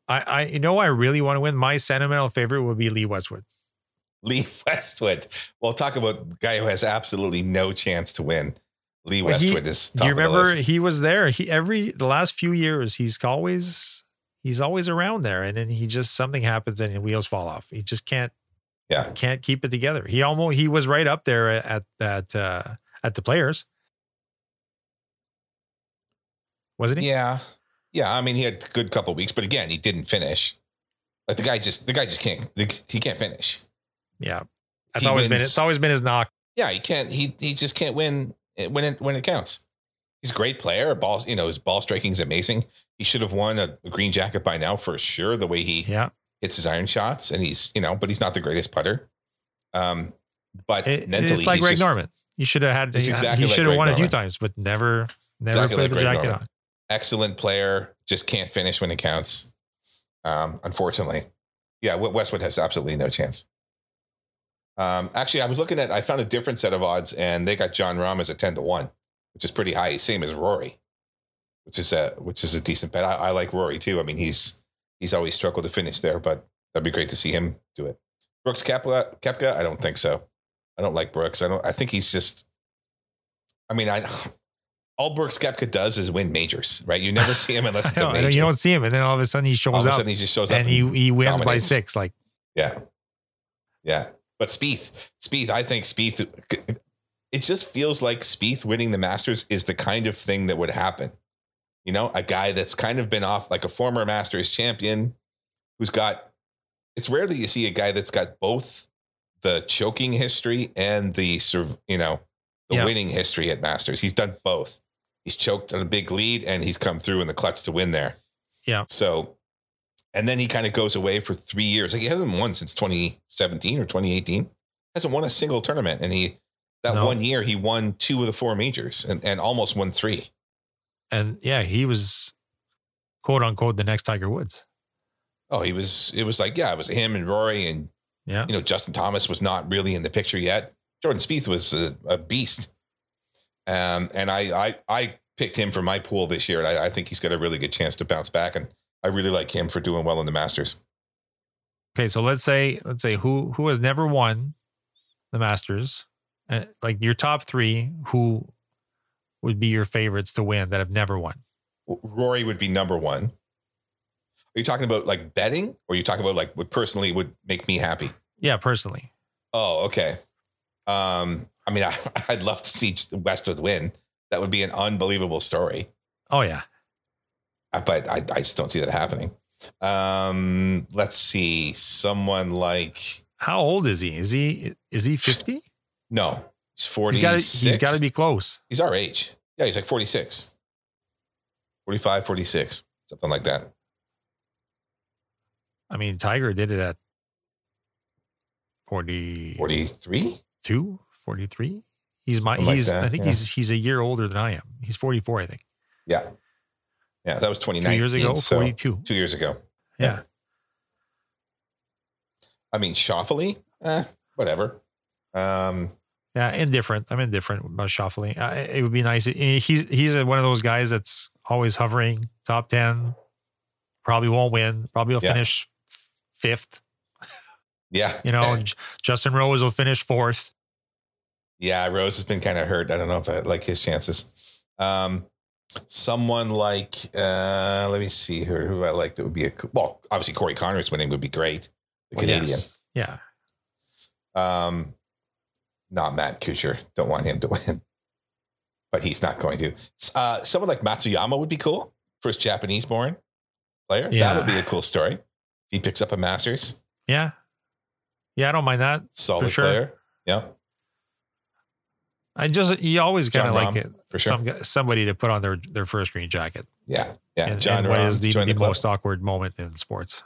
Speaker 1: I, I, you know, I really want to win. My sentimental favorite would be Lee Westwood.
Speaker 2: Lee Westwood. Well, talk about the guy who has absolutely no chance to win. Lee
Speaker 1: Well, he-
Speaker 2: Westwood is top
Speaker 1: Do you
Speaker 2: of
Speaker 1: remember
Speaker 2: the list.
Speaker 1: he was there? He every the last few years he's always he's always around there, and then he just something happens and the wheels fall off. He just can't
Speaker 2: Yeah.
Speaker 1: can't keep it together. He almost he was right up there at at uh, at the players, wasn't he?
Speaker 2: Yeah. Yeah. I mean, he had a good couple weeks, but again, he didn't finish. Like the guy just the guy just can't he can't finish.
Speaker 1: Yeah. That's
Speaker 2: He
Speaker 1: always been
Speaker 2: wins.
Speaker 1: it's always been his knock.
Speaker 2: Yeah, he can't he he just can't win it- when it when it counts. He's a great player. Ball, you know, his ball striking is amazing. He should have won a, a green jacket by now for sure. The way he
Speaker 1: Yeah,
Speaker 2: hits his iron shots, and he's you know, but he's not the greatest putter. Um, but
Speaker 1: It-
Speaker 2: mentally,
Speaker 1: it's like
Speaker 2: he's
Speaker 1: Greg
Speaker 2: just-
Speaker 1: Norman. You should have had
Speaker 2: It's
Speaker 1: he-
Speaker 2: exactly
Speaker 1: he
Speaker 2: like
Speaker 1: should have
Speaker 2: Greg
Speaker 1: won a few
Speaker 2: Norman.
Speaker 1: times, but never never
Speaker 2: Exactly
Speaker 1: put
Speaker 2: like
Speaker 1: the
Speaker 2: Greg
Speaker 1: jacket
Speaker 2: Norman.
Speaker 1: on.
Speaker 2: excellent player, just can't finish when it counts. Um, unfortunately, yeah, W- Westwood has absolutely no chance. Um, actually, I was looking at I found a different set of odds, and they got John Rahm as a ten to one, which is pretty high, same as Rory, which is a which is a decent bet. I, I like Rory too. I mean, he's he's always struggled to finish there, but that'd be great to see him do it. Brooks Kepka, Kepka, I don't think so. I don't like Brooks. I don't. I think he's just. I mean, I all Brooks Kepka does is win majors, right? You never see him unless
Speaker 1: I
Speaker 2: it's a
Speaker 1: know, I know,
Speaker 2: major.
Speaker 1: you don't see him, and then all of a sudden he shows
Speaker 2: all of a
Speaker 1: up
Speaker 2: sudden, he just shows up
Speaker 1: and he he wins by
Speaker 2: dominates.
Speaker 1: six. Like
Speaker 2: yeah. Yeah. But Spieth, Spieth, I think Spieth, it just feels like Spieth winning the Masters is the kind of thing that would happen. You know, a guy that's kind of been off, like a former Masters champion who's got, it's rare that you see a guy that's got both the choking history and the, sur- you know, the
Speaker 1: Yeah.
Speaker 2: winning history at Masters. He's done both. He's choked on a big lead and he's come through in the clutch to win there.
Speaker 1: Yeah.
Speaker 2: So and then he kind of goes away for three years. Like he hasn't won since 2017 or 2018. Hasn't won a single tournament. And he that
Speaker 1: No.
Speaker 2: one year he won two of the four majors and, and almost won three.
Speaker 1: and yeah, he was quote unquote the next Tiger Woods.
Speaker 2: Oh, he was it was like, yeah, it was him and Rory and
Speaker 1: Yeah.
Speaker 2: you know, Justin Thomas was not really in the picture yet. Jordan Spieth was a, a beast. Um, and I, I I picked him for my pool this year, and I, I think he's got a really good chance to bounce back. And I really like him for doing well in the Masters.
Speaker 1: Okay, so let's say let's say who who has never won the Masters, Uh, like your top three, who would be your favorites to win that have never won?
Speaker 2: Rory would be number one. Are you talking about like betting, or are you talking about like what personally would make me happy?
Speaker 1: Yeah, personally,
Speaker 2: Oh, okay. Um, I mean, I, I'd love to see Westwood win. That would be an unbelievable story,
Speaker 1: oh yeah,
Speaker 2: Uh, but I, I just don't see that happening. Um, let's see, someone like
Speaker 1: how old is he? Is he is he fifty?
Speaker 2: no, he's
Speaker 1: He's
Speaker 2: forty.
Speaker 1: got he's got to be close.
Speaker 2: He's our age. Yeah, he's like 46, 45, 46, something like that.
Speaker 1: I mean, Tiger did it at 40,
Speaker 2: 43?
Speaker 1: 42, 43. He's my,
Speaker 2: Something like
Speaker 1: he's,
Speaker 2: that,
Speaker 1: I think
Speaker 2: yeah.
Speaker 1: he's, he's a year older than I am. He's 44, I think.
Speaker 2: Yeah. Yeah, that was
Speaker 1: Two
Speaker 2: 2019.
Speaker 1: years ago,
Speaker 2: so-
Speaker 1: 42.
Speaker 2: two years ago.
Speaker 1: Yeah.
Speaker 2: I mean, Shoffley, eh, whatever. Um,
Speaker 1: Yeah, indifferent. I'm indifferent about Shoffley. Uh, it it would be nice. I- He's he's one of those guys that's always hovering top ten. Probably won't win. Probably will
Speaker 2: Yeah.
Speaker 1: finish f- fifth.
Speaker 2: Yeah.
Speaker 1: You know, J- Justin Rose will finish fourth.
Speaker 2: Yeah, Rose has been kind of hurt. I don't know if I like his chances. Um, someone like, uh, let me see who, who I like that would be a well, obviously Corey Connors winning would be great. The Canadian,
Speaker 1: Yes. Yeah.
Speaker 2: um, not Matt Kuchar. Don't want him to win, but he's not going to. Uh, someone like Matsuyama would be cool. First Japanese-born player.
Speaker 1: Yeah.
Speaker 2: That would be a cool story. If he picks up a Masters,
Speaker 1: Yeah. Yeah, I don't mind that.
Speaker 2: solid
Speaker 1: sure.
Speaker 2: player. Yeah,
Speaker 1: I just you always kind of
Speaker 2: John
Speaker 1: like
Speaker 2: Rahm,
Speaker 1: it.
Speaker 2: for sure.
Speaker 1: Some guy- somebody to put on their their first green jacket.
Speaker 2: yeah, yeah.
Speaker 1: and,
Speaker 2: John
Speaker 1: and what
Speaker 2: Rahm
Speaker 1: is the,
Speaker 2: joined
Speaker 1: the
Speaker 2: club.
Speaker 1: most awkward moment in sports?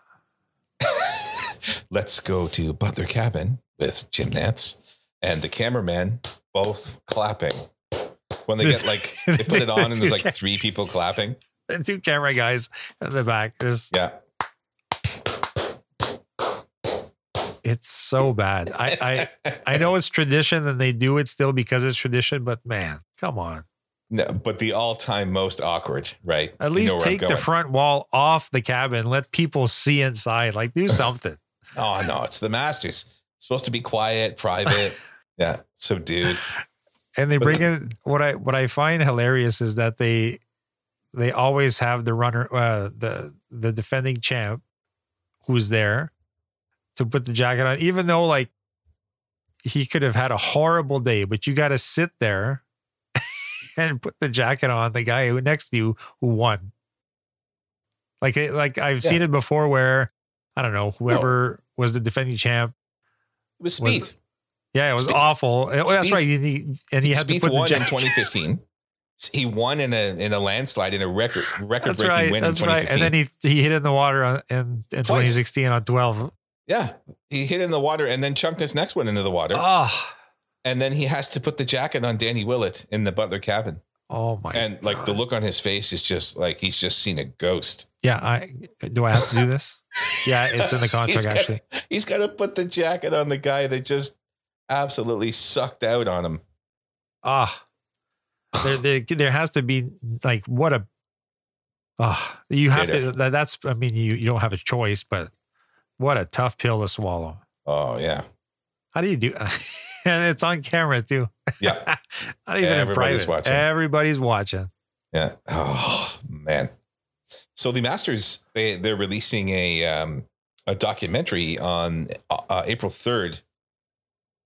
Speaker 2: Let's go to Butler Cabin with Jim Nance and the cameraman both clapping. When they get like they put it on and there's like three people clapping.
Speaker 1: And two camera guys at the back. Just
Speaker 2: Yeah.
Speaker 1: It's so bad. I, I I know it's tradition and they do it still because it's tradition, but man, come on.
Speaker 2: No, but the all-time most awkward, right?
Speaker 1: At
Speaker 2: You
Speaker 1: least
Speaker 2: know where I'm
Speaker 1: take the
Speaker 2: going.
Speaker 1: front wall off the cabin. Let people see inside. Like do something.
Speaker 2: Oh no, it's the Masters. It's supposed to be quiet, private. yeah, subdued.
Speaker 1: and they
Speaker 2: But-
Speaker 1: bring in what I what I find hilarious is that they they always have the runner uh, the the defending champ who's there to put the jacket on, even though like he could have had a horrible day, but you got to sit there and put the jacket on the guy who next to you who won. Like it- like I've
Speaker 2: Yeah.
Speaker 1: seen it before where I don't know whoever was the defending champ
Speaker 2: It was
Speaker 1: Was-
Speaker 2: Spieth.
Speaker 1: yeah, it was
Speaker 2: Spe-
Speaker 1: awful. Oh, that's
Speaker 2: Spieth-
Speaker 1: right. And he, and he had to
Speaker 2: Spieth
Speaker 1: put the
Speaker 2: won in
Speaker 1: jacket.
Speaker 2: 2015. He won in a in a landslide in a record record
Speaker 1: That's
Speaker 2: breaking
Speaker 1: right.
Speaker 2: win
Speaker 1: That's
Speaker 2: in
Speaker 1: right.
Speaker 2: 2015.
Speaker 1: And then he he hit it in the water on, in, in
Speaker 2: Twice.
Speaker 1: 2016 on 12.
Speaker 2: Yeah, he hit in the water and then chunked his next one into the water,
Speaker 1: Oh,
Speaker 2: and then he has to put the jacket on Danny Willett in the Butler cabin,
Speaker 1: oh my.
Speaker 2: and like the
Speaker 1: God.
Speaker 2: look on his face is just like he's just seen a ghost.
Speaker 1: yeah, I do I have to do this? yeah, it's in the
Speaker 2: He's
Speaker 1: contract
Speaker 2: got-
Speaker 1: actually.
Speaker 2: He's got to put the jacket on the guy that just absolutely sucked out on him.
Speaker 1: Ah. There, there there has to be like what a Ah, you have to that, that's I mean you you don't have a choice, but what a tough pill to swallow.
Speaker 2: Oh yeah,
Speaker 1: How do you do and it's on camera too.
Speaker 2: Yeah.
Speaker 1: Not even in
Speaker 2: Everybody's
Speaker 1: private.
Speaker 2: watching.
Speaker 1: Everybody's watching.
Speaker 2: yeah. Oh man. So the Masters they they're releasing a um a documentary on uh, uh, April third,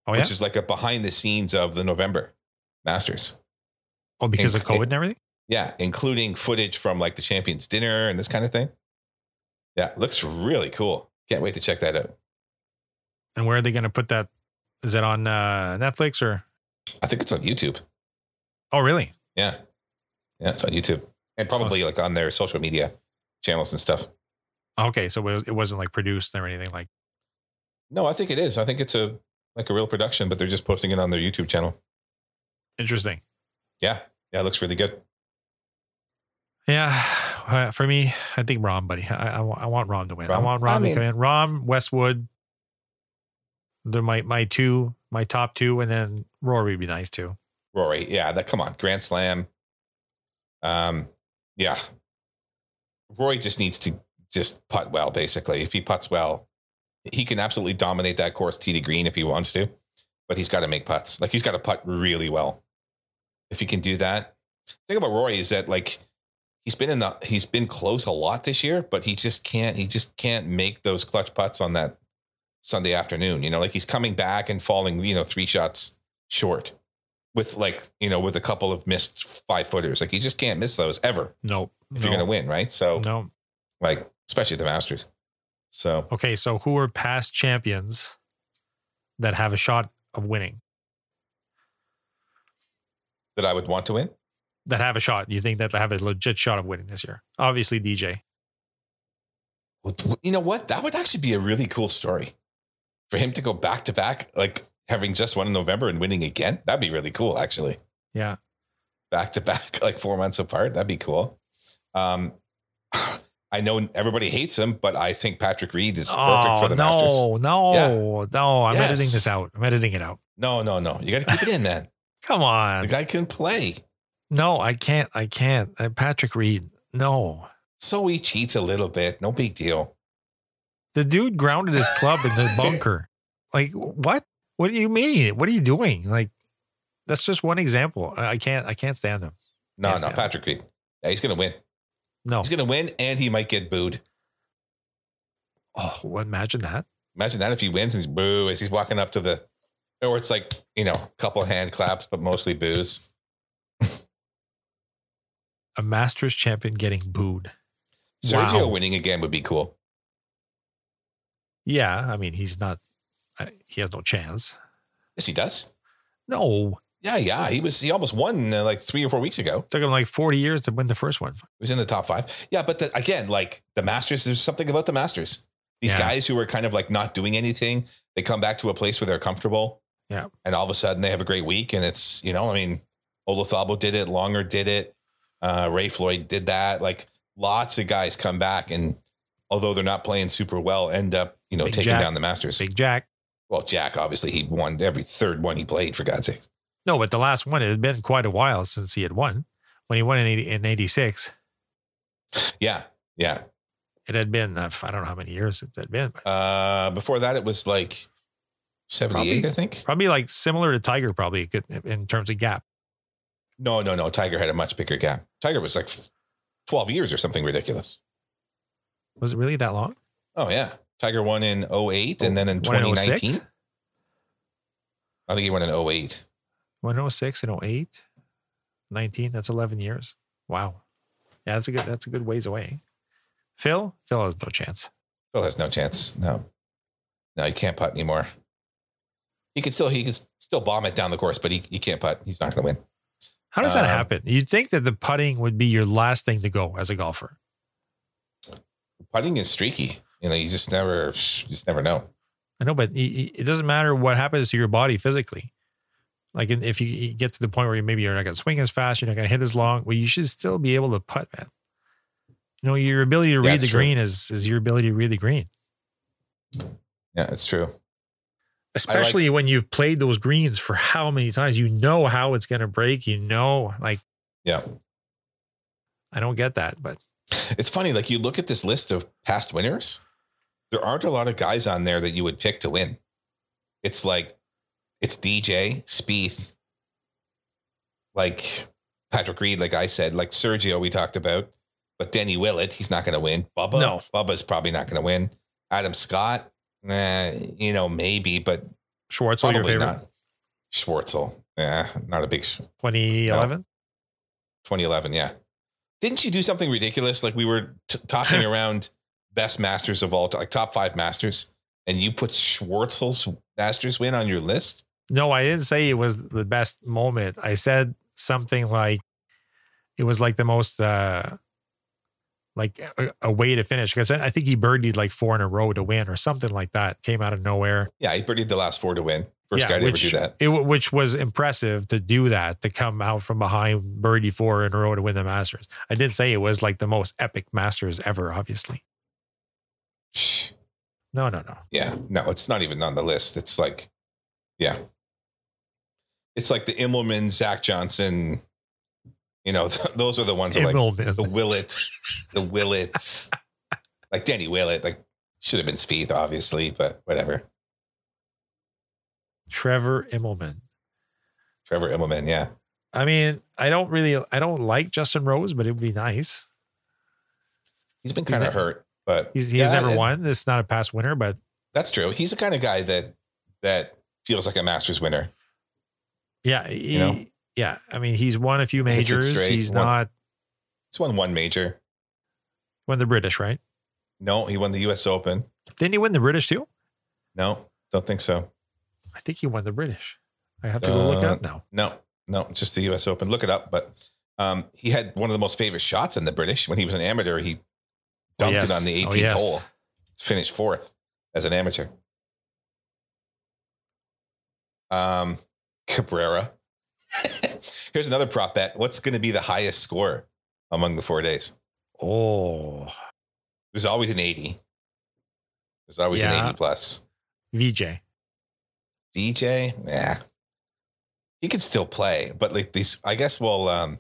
Speaker 1: Oh yeah.
Speaker 2: which is like a behind the scenes of the November Masters.
Speaker 1: oh, because of
Speaker 2: it-
Speaker 1: COVID and everything?
Speaker 2: Yeah, including footage from like the champions dinner and this kind of thing. Yeah, looks really cool. Can't wait to check that out.
Speaker 1: And where are they going to put that? Is it on uh, Netflix or?
Speaker 2: I think it's on YouTube.
Speaker 1: Oh, really?
Speaker 2: Yeah. Yeah, it's on YouTube. And probably like on their social media channels and stuff.
Speaker 1: Okay, so it was- it wasn't like produced or anything like.
Speaker 2: No, I think it is. I think it's a like a real production, but they're just posting it on their YouTube channel.
Speaker 1: Interesting.
Speaker 2: Yeah. Yeah, it looks really good.
Speaker 1: Yeah, uh, for me, I think Rom, buddy. I, I, wa- I want Rom to win. I
Speaker 2: Rom?
Speaker 1: want Rom
Speaker 2: I mean-
Speaker 1: to come in. Rom Westwood. They're my my two, my top two, and then Rory would be nice too.
Speaker 2: Rory. Yeah, that come on. Grand Slam. Um, yeah. Rory just needs to just putt well, basically. If he puts well, he can absolutely dominate that course TD Green if he wants to, but he's got to make putts. Like he's got to putt really well. If he can do that. The thing about Rory is that like he's been in the he's been close a lot this year, but he just can't he just can't make those clutch putts on that Sunday afternoon. You know, like he's coming back and falling, you know, three shots short with like you know with a couple of missed five footers like you just can't miss those ever
Speaker 1: Nope.
Speaker 2: if
Speaker 1: no,
Speaker 2: you're gonna win right so
Speaker 1: no.
Speaker 2: like especially the masters so
Speaker 1: Okay, so who are past champions that have a shot of winning?
Speaker 2: that i would want to win
Speaker 1: That have a shot? You think that they have a legit shot of winning this year? Obviously, DJ.
Speaker 2: Well, you know what that would actually be a really cool story for him to go back to back like having just won in november and winning again that'd be really cool actually
Speaker 1: Yeah.
Speaker 2: back to back like four months apart that'd be cool um i know everybody hates him but i think patrick reed is perfect for the
Speaker 1: Oh, no,
Speaker 2: masters
Speaker 1: no, no. I'm
Speaker 2: Yes.
Speaker 1: editing this out. I'm editing it out.
Speaker 2: No, no, no. You got to keep it in, man.
Speaker 1: Come
Speaker 2: The
Speaker 1: on.
Speaker 2: guy can play.
Speaker 1: No, I can't. I can't. Uh, Patrick Reed. No.
Speaker 2: So he cheats a little bit. No big deal.
Speaker 1: The dude grounded his club in the bunker. Like what? What do you mean? What are you doing? Like that's just one example. I I can't. I can't stand him.
Speaker 2: No,
Speaker 1: Yes,
Speaker 2: no.
Speaker 1: yeah.
Speaker 2: Patrick Reed. Yeah, he's going to win.
Speaker 1: No.
Speaker 2: He's going to win and he might get booed.
Speaker 1: Oh, well, imagine that.
Speaker 2: Imagine that if he wins and he's boo as he's walking up to the, or it's like, you know, a couple hand claps, but mostly boos.
Speaker 1: A Masters champion getting booed.
Speaker 2: Sergio
Speaker 1: Wow.
Speaker 2: winning again would be cool.
Speaker 1: Yeah, I mean he's not. I- He has no chance.
Speaker 2: Yes, he does.
Speaker 1: No,
Speaker 2: Yeah, yeah. He was, he almost won uh, like three or four weeks ago.
Speaker 1: took him like forty years to win the first one.
Speaker 2: He was in the top five. Yeah, but the, again, like the Masters, there's something about the Masters. These
Speaker 1: Yeah.
Speaker 2: guys who are kind of like not doing anything, they come back to a place where they're comfortable.
Speaker 1: Yeah.
Speaker 2: And all of a sudden they have a great week. And it's, you know, I mean, Olafabo did it, Longer did it, uh, Ray Floyd did that. Like lots of guys come back and although they're not playing super well, end up, you know,
Speaker 1: Big
Speaker 2: taking
Speaker 1: Jack.
Speaker 2: down the Masters.
Speaker 1: Big Jack.
Speaker 2: Well, Jack, obviously, he won every third one he played, for God's sake.
Speaker 1: No, but the last one it had been quite a while since he had won. When he won in 80, in eighty six,
Speaker 2: Yeah. Yeah.
Speaker 1: it had been uh, I don't know how many years it had been, but
Speaker 2: Uh, before that, it was like 78, I think.
Speaker 1: probably like similar to Tiger, probably a good in terms of gap.
Speaker 2: No, no, no. Tiger had a much bigger gap. Tiger was like 12 years or something ridiculous.
Speaker 1: Was it really that long?
Speaker 2: Oh, yeah. Tiger won in 08 and then in
Speaker 1: One
Speaker 2: 2019. I think he won in 08.
Speaker 1: 106 and 08, 19. oh That's 11 years. Wow. Yeah, that's a good, that's a good ways away. Phil, Phil has no chance.
Speaker 2: Phil has no chance. No. No, he can't putt anymore. He could still he could still bomb it down the course, but he, he can't putt. He's not gonna win.
Speaker 1: How does that
Speaker 2: Uh,
Speaker 1: happen? You'd think that the putting would be your last thing to go as a golfer.
Speaker 2: Putting is streaky. You know, you just never you just never know.
Speaker 1: I know, but y- y- it doesn't matter what happens to your body physically. Like in- if you- you get to the point where you maybe you're not going to swing as fast, you're not going to hit as long. Well, you should still be able to putt, man. You know, your ability to
Speaker 2: Yeah,
Speaker 1: read
Speaker 2: it's
Speaker 1: the
Speaker 2: true.
Speaker 1: green is is your ability to read the green.
Speaker 2: Yeah, it's true.
Speaker 1: especially when you've played those greens for how many times you know how it's going to break you know like
Speaker 2: Yeah.
Speaker 1: i don't get that but
Speaker 2: It's funny, like you look at this list of past winners, there aren't a lot of guys on there that you would pick to win. It's like it's DJ, Spieth, like Patrick Reed, like I said, like Sergio we talked about, but Denny Willett, he's not gonna win. Bubba,
Speaker 1: No.
Speaker 2: Bubba's probably not gonna win. Adam Scott, nah, you know, maybe, but
Speaker 1: schwartz your
Speaker 2: probably
Speaker 1: favorite
Speaker 2: not. Schwartzel. Yeah, not a big
Speaker 1: 2011
Speaker 2: 2011. Yeah. Didn't you do something ridiculous? Like we were t- tossing around best masters of all, t- like top five masters, and you put Schwartzel's masters win on your list.
Speaker 1: no i didn't say it was the best moment i said something like it was like the most uh like a, a way to finish because i think he birdied like four in a row to win or something like that came out of nowhere
Speaker 2: Yeah, he birdied the last four to win. First
Speaker 1: Yeah,
Speaker 2: guy to
Speaker 1: which-
Speaker 2: ever do that.
Speaker 1: it, w- which was impressive to do that to come out from behind birdie four in a row to win the Masters. I didn't say it was like the most epic Masters ever, obviously.
Speaker 2: Shh.
Speaker 1: No, no, no.
Speaker 2: Yeah, no, it's not even on the list. It's like, yeah, it's like the Immelman, Zach Johnson. You know, th- those are the ones. That like,
Speaker 1: Immelman.
Speaker 2: the Willett, the Willets, like Danny Willett, like should have been Speed, obviously, but whatever.
Speaker 1: Trevor Immelman.
Speaker 2: Trevor Immelman, yeah.
Speaker 1: I mean, I don't really, I don't like Justin Rose, but it would be nice.
Speaker 2: He's been
Speaker 1: He's
Speaker 2: kind
Speaker 1: ne-
Speaker 2: of hurt, but
Speaker 1: He's he's
Speaker 2: Yeah,
Speaker 1: never
Speaker 2: it-
Speaker 1: won. It's not a past winner, but
Speaker 2: that's true. He's the kind of guy that that feels like a Masters winner.
Speaker 1: yeah, he,
Speaker 2: know?
Speaker 1: yeah. I mean, he's won a few
Speaker 2: Hits it
Speaker 1: majors.
Speaker 2: straight,
Speaker 1: He's
Speaker 2: won-
Speaker 1: not
Speaker 2: He's won one major.
Speaker 1: won the British, right?
Speaker 2: No, he won the U.S. Open.
Speaker 1: Didn't he win the British too?
Speaker 2: No, don't think so.
Speaker 1: I think he won the British. I have to go look it up now.
Speaker 2: No, no, just the U.S. Open. Look it up. But um, he had one of the most favorite shots in the British when he was an amateur. He dunked
Speaker 1: Oh, yes.
Speaker 2: it on the
Speaker 1: Oh,
Speaker 2: 18th
Speaker 1: yes.
Speaker 2: hole, finished fourth as an amateur. Um, Cabrera. Here's another prop bet. What's going to be the highest score among the four days?
Speaker 1: Oh,
Speaker 2: There's always an 80. There's always
Speaker 1: Yeah.
Speaker 2: an 80 plus.
Speaker 1: VJ.
Speaker 2: DJ, yeah, he can still play, but like these, I guess. Well, um,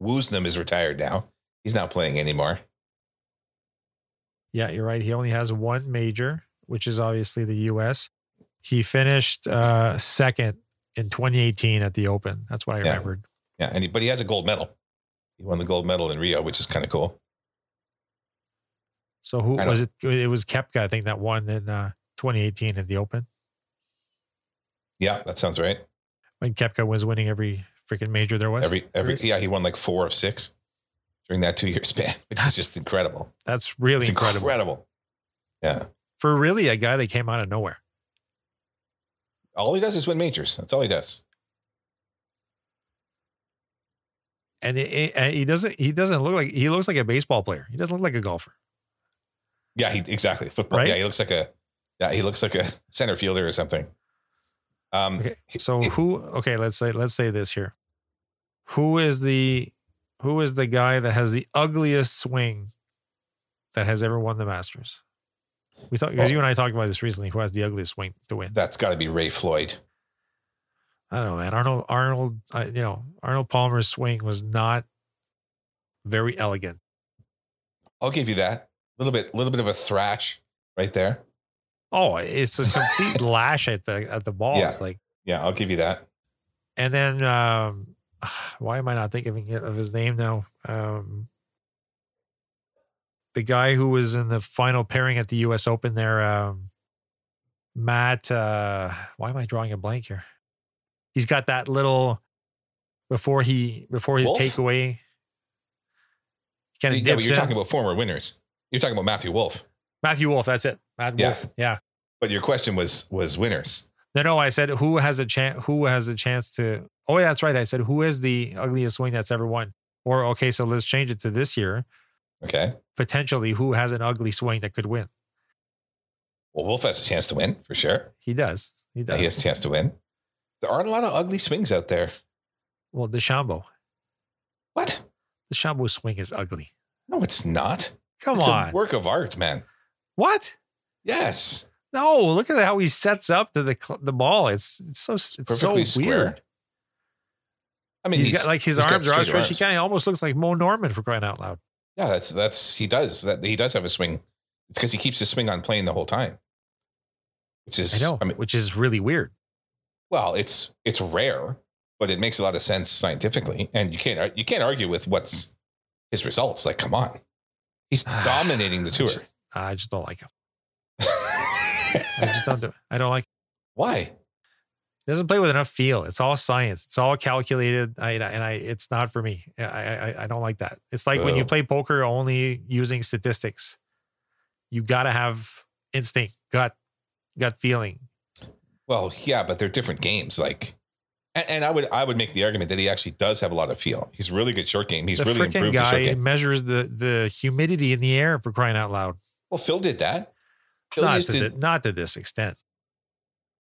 Speaker 2: Woosnam is retired now. He's not playing anymore.
Speaker 1: Yeah, you're right. He only has one major, which is obviously the U.S. He finished uh, second in 2018 at the Open. That's what I
Speaker 2: Yeah.
Speaker 1: remembered.
Speaker 2: Yeah, and he, but he has a gold medal. He won the gold medal in Rio, which is kind of cool.
Speaker 1: So who
Speaker 2: I know.
Speaker 1: was it? It was Kepka, I think, that won in uh, 2018 at the Open
Speaker 2: Yeah, that sounds right.
Speaker 1: when Kepka was winning every freaking major there was.
Speaker 2: Every
Speaker 1: There
Speaker 2: every
Speaker 1: is.
Speaker 2: yeah, he won like four of six during that two year span, which is
Speaker 1: That's
Speaker 2: just incredible.
Speaker 1: That's really
Speaker 2: It's
Speaker 1: incredible.
Speaker 2: incredible. Yeah,
Speaker 1: for really a guy that came out of nowhere.
Speaker 2: all he does is win majors. That's all he does.
Speaker 1: And it, it, and he doesn't he doesn't look like he looks like a baseball player. He doesn't look like a golfer.
Speaker 2: Yeah, he exactly football.
Speaker 1: Right?
Speaker 2: Yeah, he looks like a yeah, he looks like a center fielder or something. Um,
Speaker 1: Okay. So who okay, let's say let's say this here. Who is the who is the guy that has the ugliest swing that has ever won the Masters? We thought
Speaker 2: Oh.
Speaker 1: because you and I talked about this recently. Who has the ugliest swing to win?
Speaker 2: that's got to be Ray Floyd.
Speaker 1: I don't know, man. Arnold Arnold, uh, you know, Arnold Palmer's swing was not very elegant.
Speaker 2: I'll give you that. A little bit, little bit of a thrash right there.
Speaker 1: Oh, it's a complete lash at the at the ball.
Speaker 2: Yeah.
Speaker 1: It's like
Speaker 2: Yeah, I'll give you that.
Speaker 1: And then um why am I not thinking of his name now? Um the guy who was in the final pairing at the US Open there, um Matt uh why am I drawing a blank here? He's got that little before he before his
Speaker 2: Wolf?
Speaker 1: takeaway. Kind of
Speaker 2: yeah, but
Speaker 1: dips
Speaker 2: you're
Speaker 1: in.
Speaker 2: talking about former winners. You're talking about Matthew Wolf.
Speaker 1: Matthew Wolf, that's it. Matt
Speaker 2: Yeah.
Speaker 1: Wolf. Yeah.
Speaker 2: But your question was was winners.
Speaker 1: No, no, I said who has a chance who has a chance to Oh yeah, that's right. I said who is the ugliest swing that's ever won? Or okay, so let's change it to this year.
Speaker 2: Okay.
Speaker 1: Potentially who has an ugly swing that could win.
Speaker 2: Well, Wolf has a chance to win for sure.
Speaker 1: He does. He
Speaker 2: Yeah,
Speaker 1: does.
Speaker 2: he has a chance to win. There aren't a lot of ugly swings out there.
Speaker 1: Well, DeChambeau.
Speaker 2: What?
Speaker 1: DeChambeau's swing is ugly.
Speaker 2: No, it's not.
Speaker 1: Come
Speaker 2: it's
Speaker 1: on.
Speaker 2: a work of art, man.
Speaker 1: what?
Speaker 2: Yes,
Speaker 1: No, look at how he sets up to the cl- the ball. It's it's so it's, so
Speaker 2: perfectly
Speaker 1: weird.
Speaker 2: square. I mean,
Speaker 1: he's got like his
Speaker 2: he's got
Speaker 1: arms are
Speaker 2: straight
Speaker 1: outstretched. He
Speaker 2: arms.
Speaker 1: kind of almost looks like Mo Norman for crying out loud.
Speaker 2: Yeah, that's that's he does that he does have a swing. It's because he keeps his swing on plane the whole time, which
Speaker 1: I
Speaker 2: is
Speaker 1: know,
Speaker 2: I mean,
Speaker 1: which is really weird.
Speaker 2: well, it's it's rare, but it makes a lot of sense scientifically, and you can't you can't argue with what's his results. Like, come on, he's dominating the tour.
Speaker 1: I just don't like him. I just don't do. I don't like.
Speaker 2: Why?
Speaker 1: He doesn't play with enough feel. It's all science. It's all calculated. I, and I- and I, it's not for me. I, I, I- I don't like that. It's like when you
Speaker 2: Oh.
Speaker 1: play poker only using statistics. You gotta have instinct, gut, gut feeling.
Speaker 2: Well, yeah, but they're different games. Like, and, and I would I would make the argument that he actually does have a lot of feel. He's really good short game. He's
Speaker 1: the
Speaker 2: really
Speaker 1: freaking
Speaker 2: improved his short
Speaker 1: guy
Speaker 2: game.
Speaker 1: measures the the humidity in the air for crying out loud.
Speaker 2: Well, Phil did that. Phil
Speaker 1: Not
Speaker 2: used
Speaker 1: to,
Speaker 2: to,
Speaker 1: thi- not to this extent.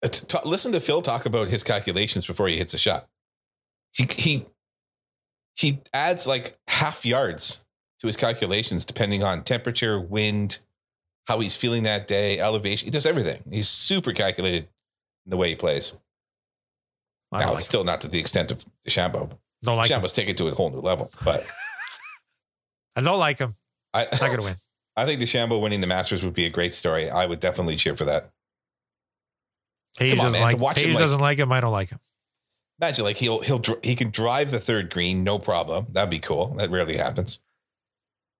Speaker 2: uh, t- t- listen to Phil talk about his calculations before he hits a shot. He he he adds like half yards to his calculations depending on temperature, wind, how he's feeling that day, elevation. He does everything. He's super calculated in the way he plays.
Speaker 1: I
Speaker 2: Now
Speaker 1: don't like,
Speaker 2: it's still not to the extent of DeChambeau.
Speaker 1: don't like him.
Speaker 2: DeChambeau's taken to a whole new level, but
Speaker 1: I don't like him.
Speaker 2: I
Speaker 1: He's not gonna win.
Speaker 2: I think DeChambeau winning the Masters would be a great story. I would definitely cheer for that.
Speaker 1: Paige
Speaker 2: on,
Speaker 1: doesn't
Speaker 2: man, to
Speaker 1: like.
Speaker 2: watch him,
Speaker 1: Paige
Speaker 2: like-
Speaker 1: doesn't like him. I don't like him.
Speaker 2: Imagine like he'll he'll dr- he can drive the third green, no problem. That'd be cool. That rarely happens.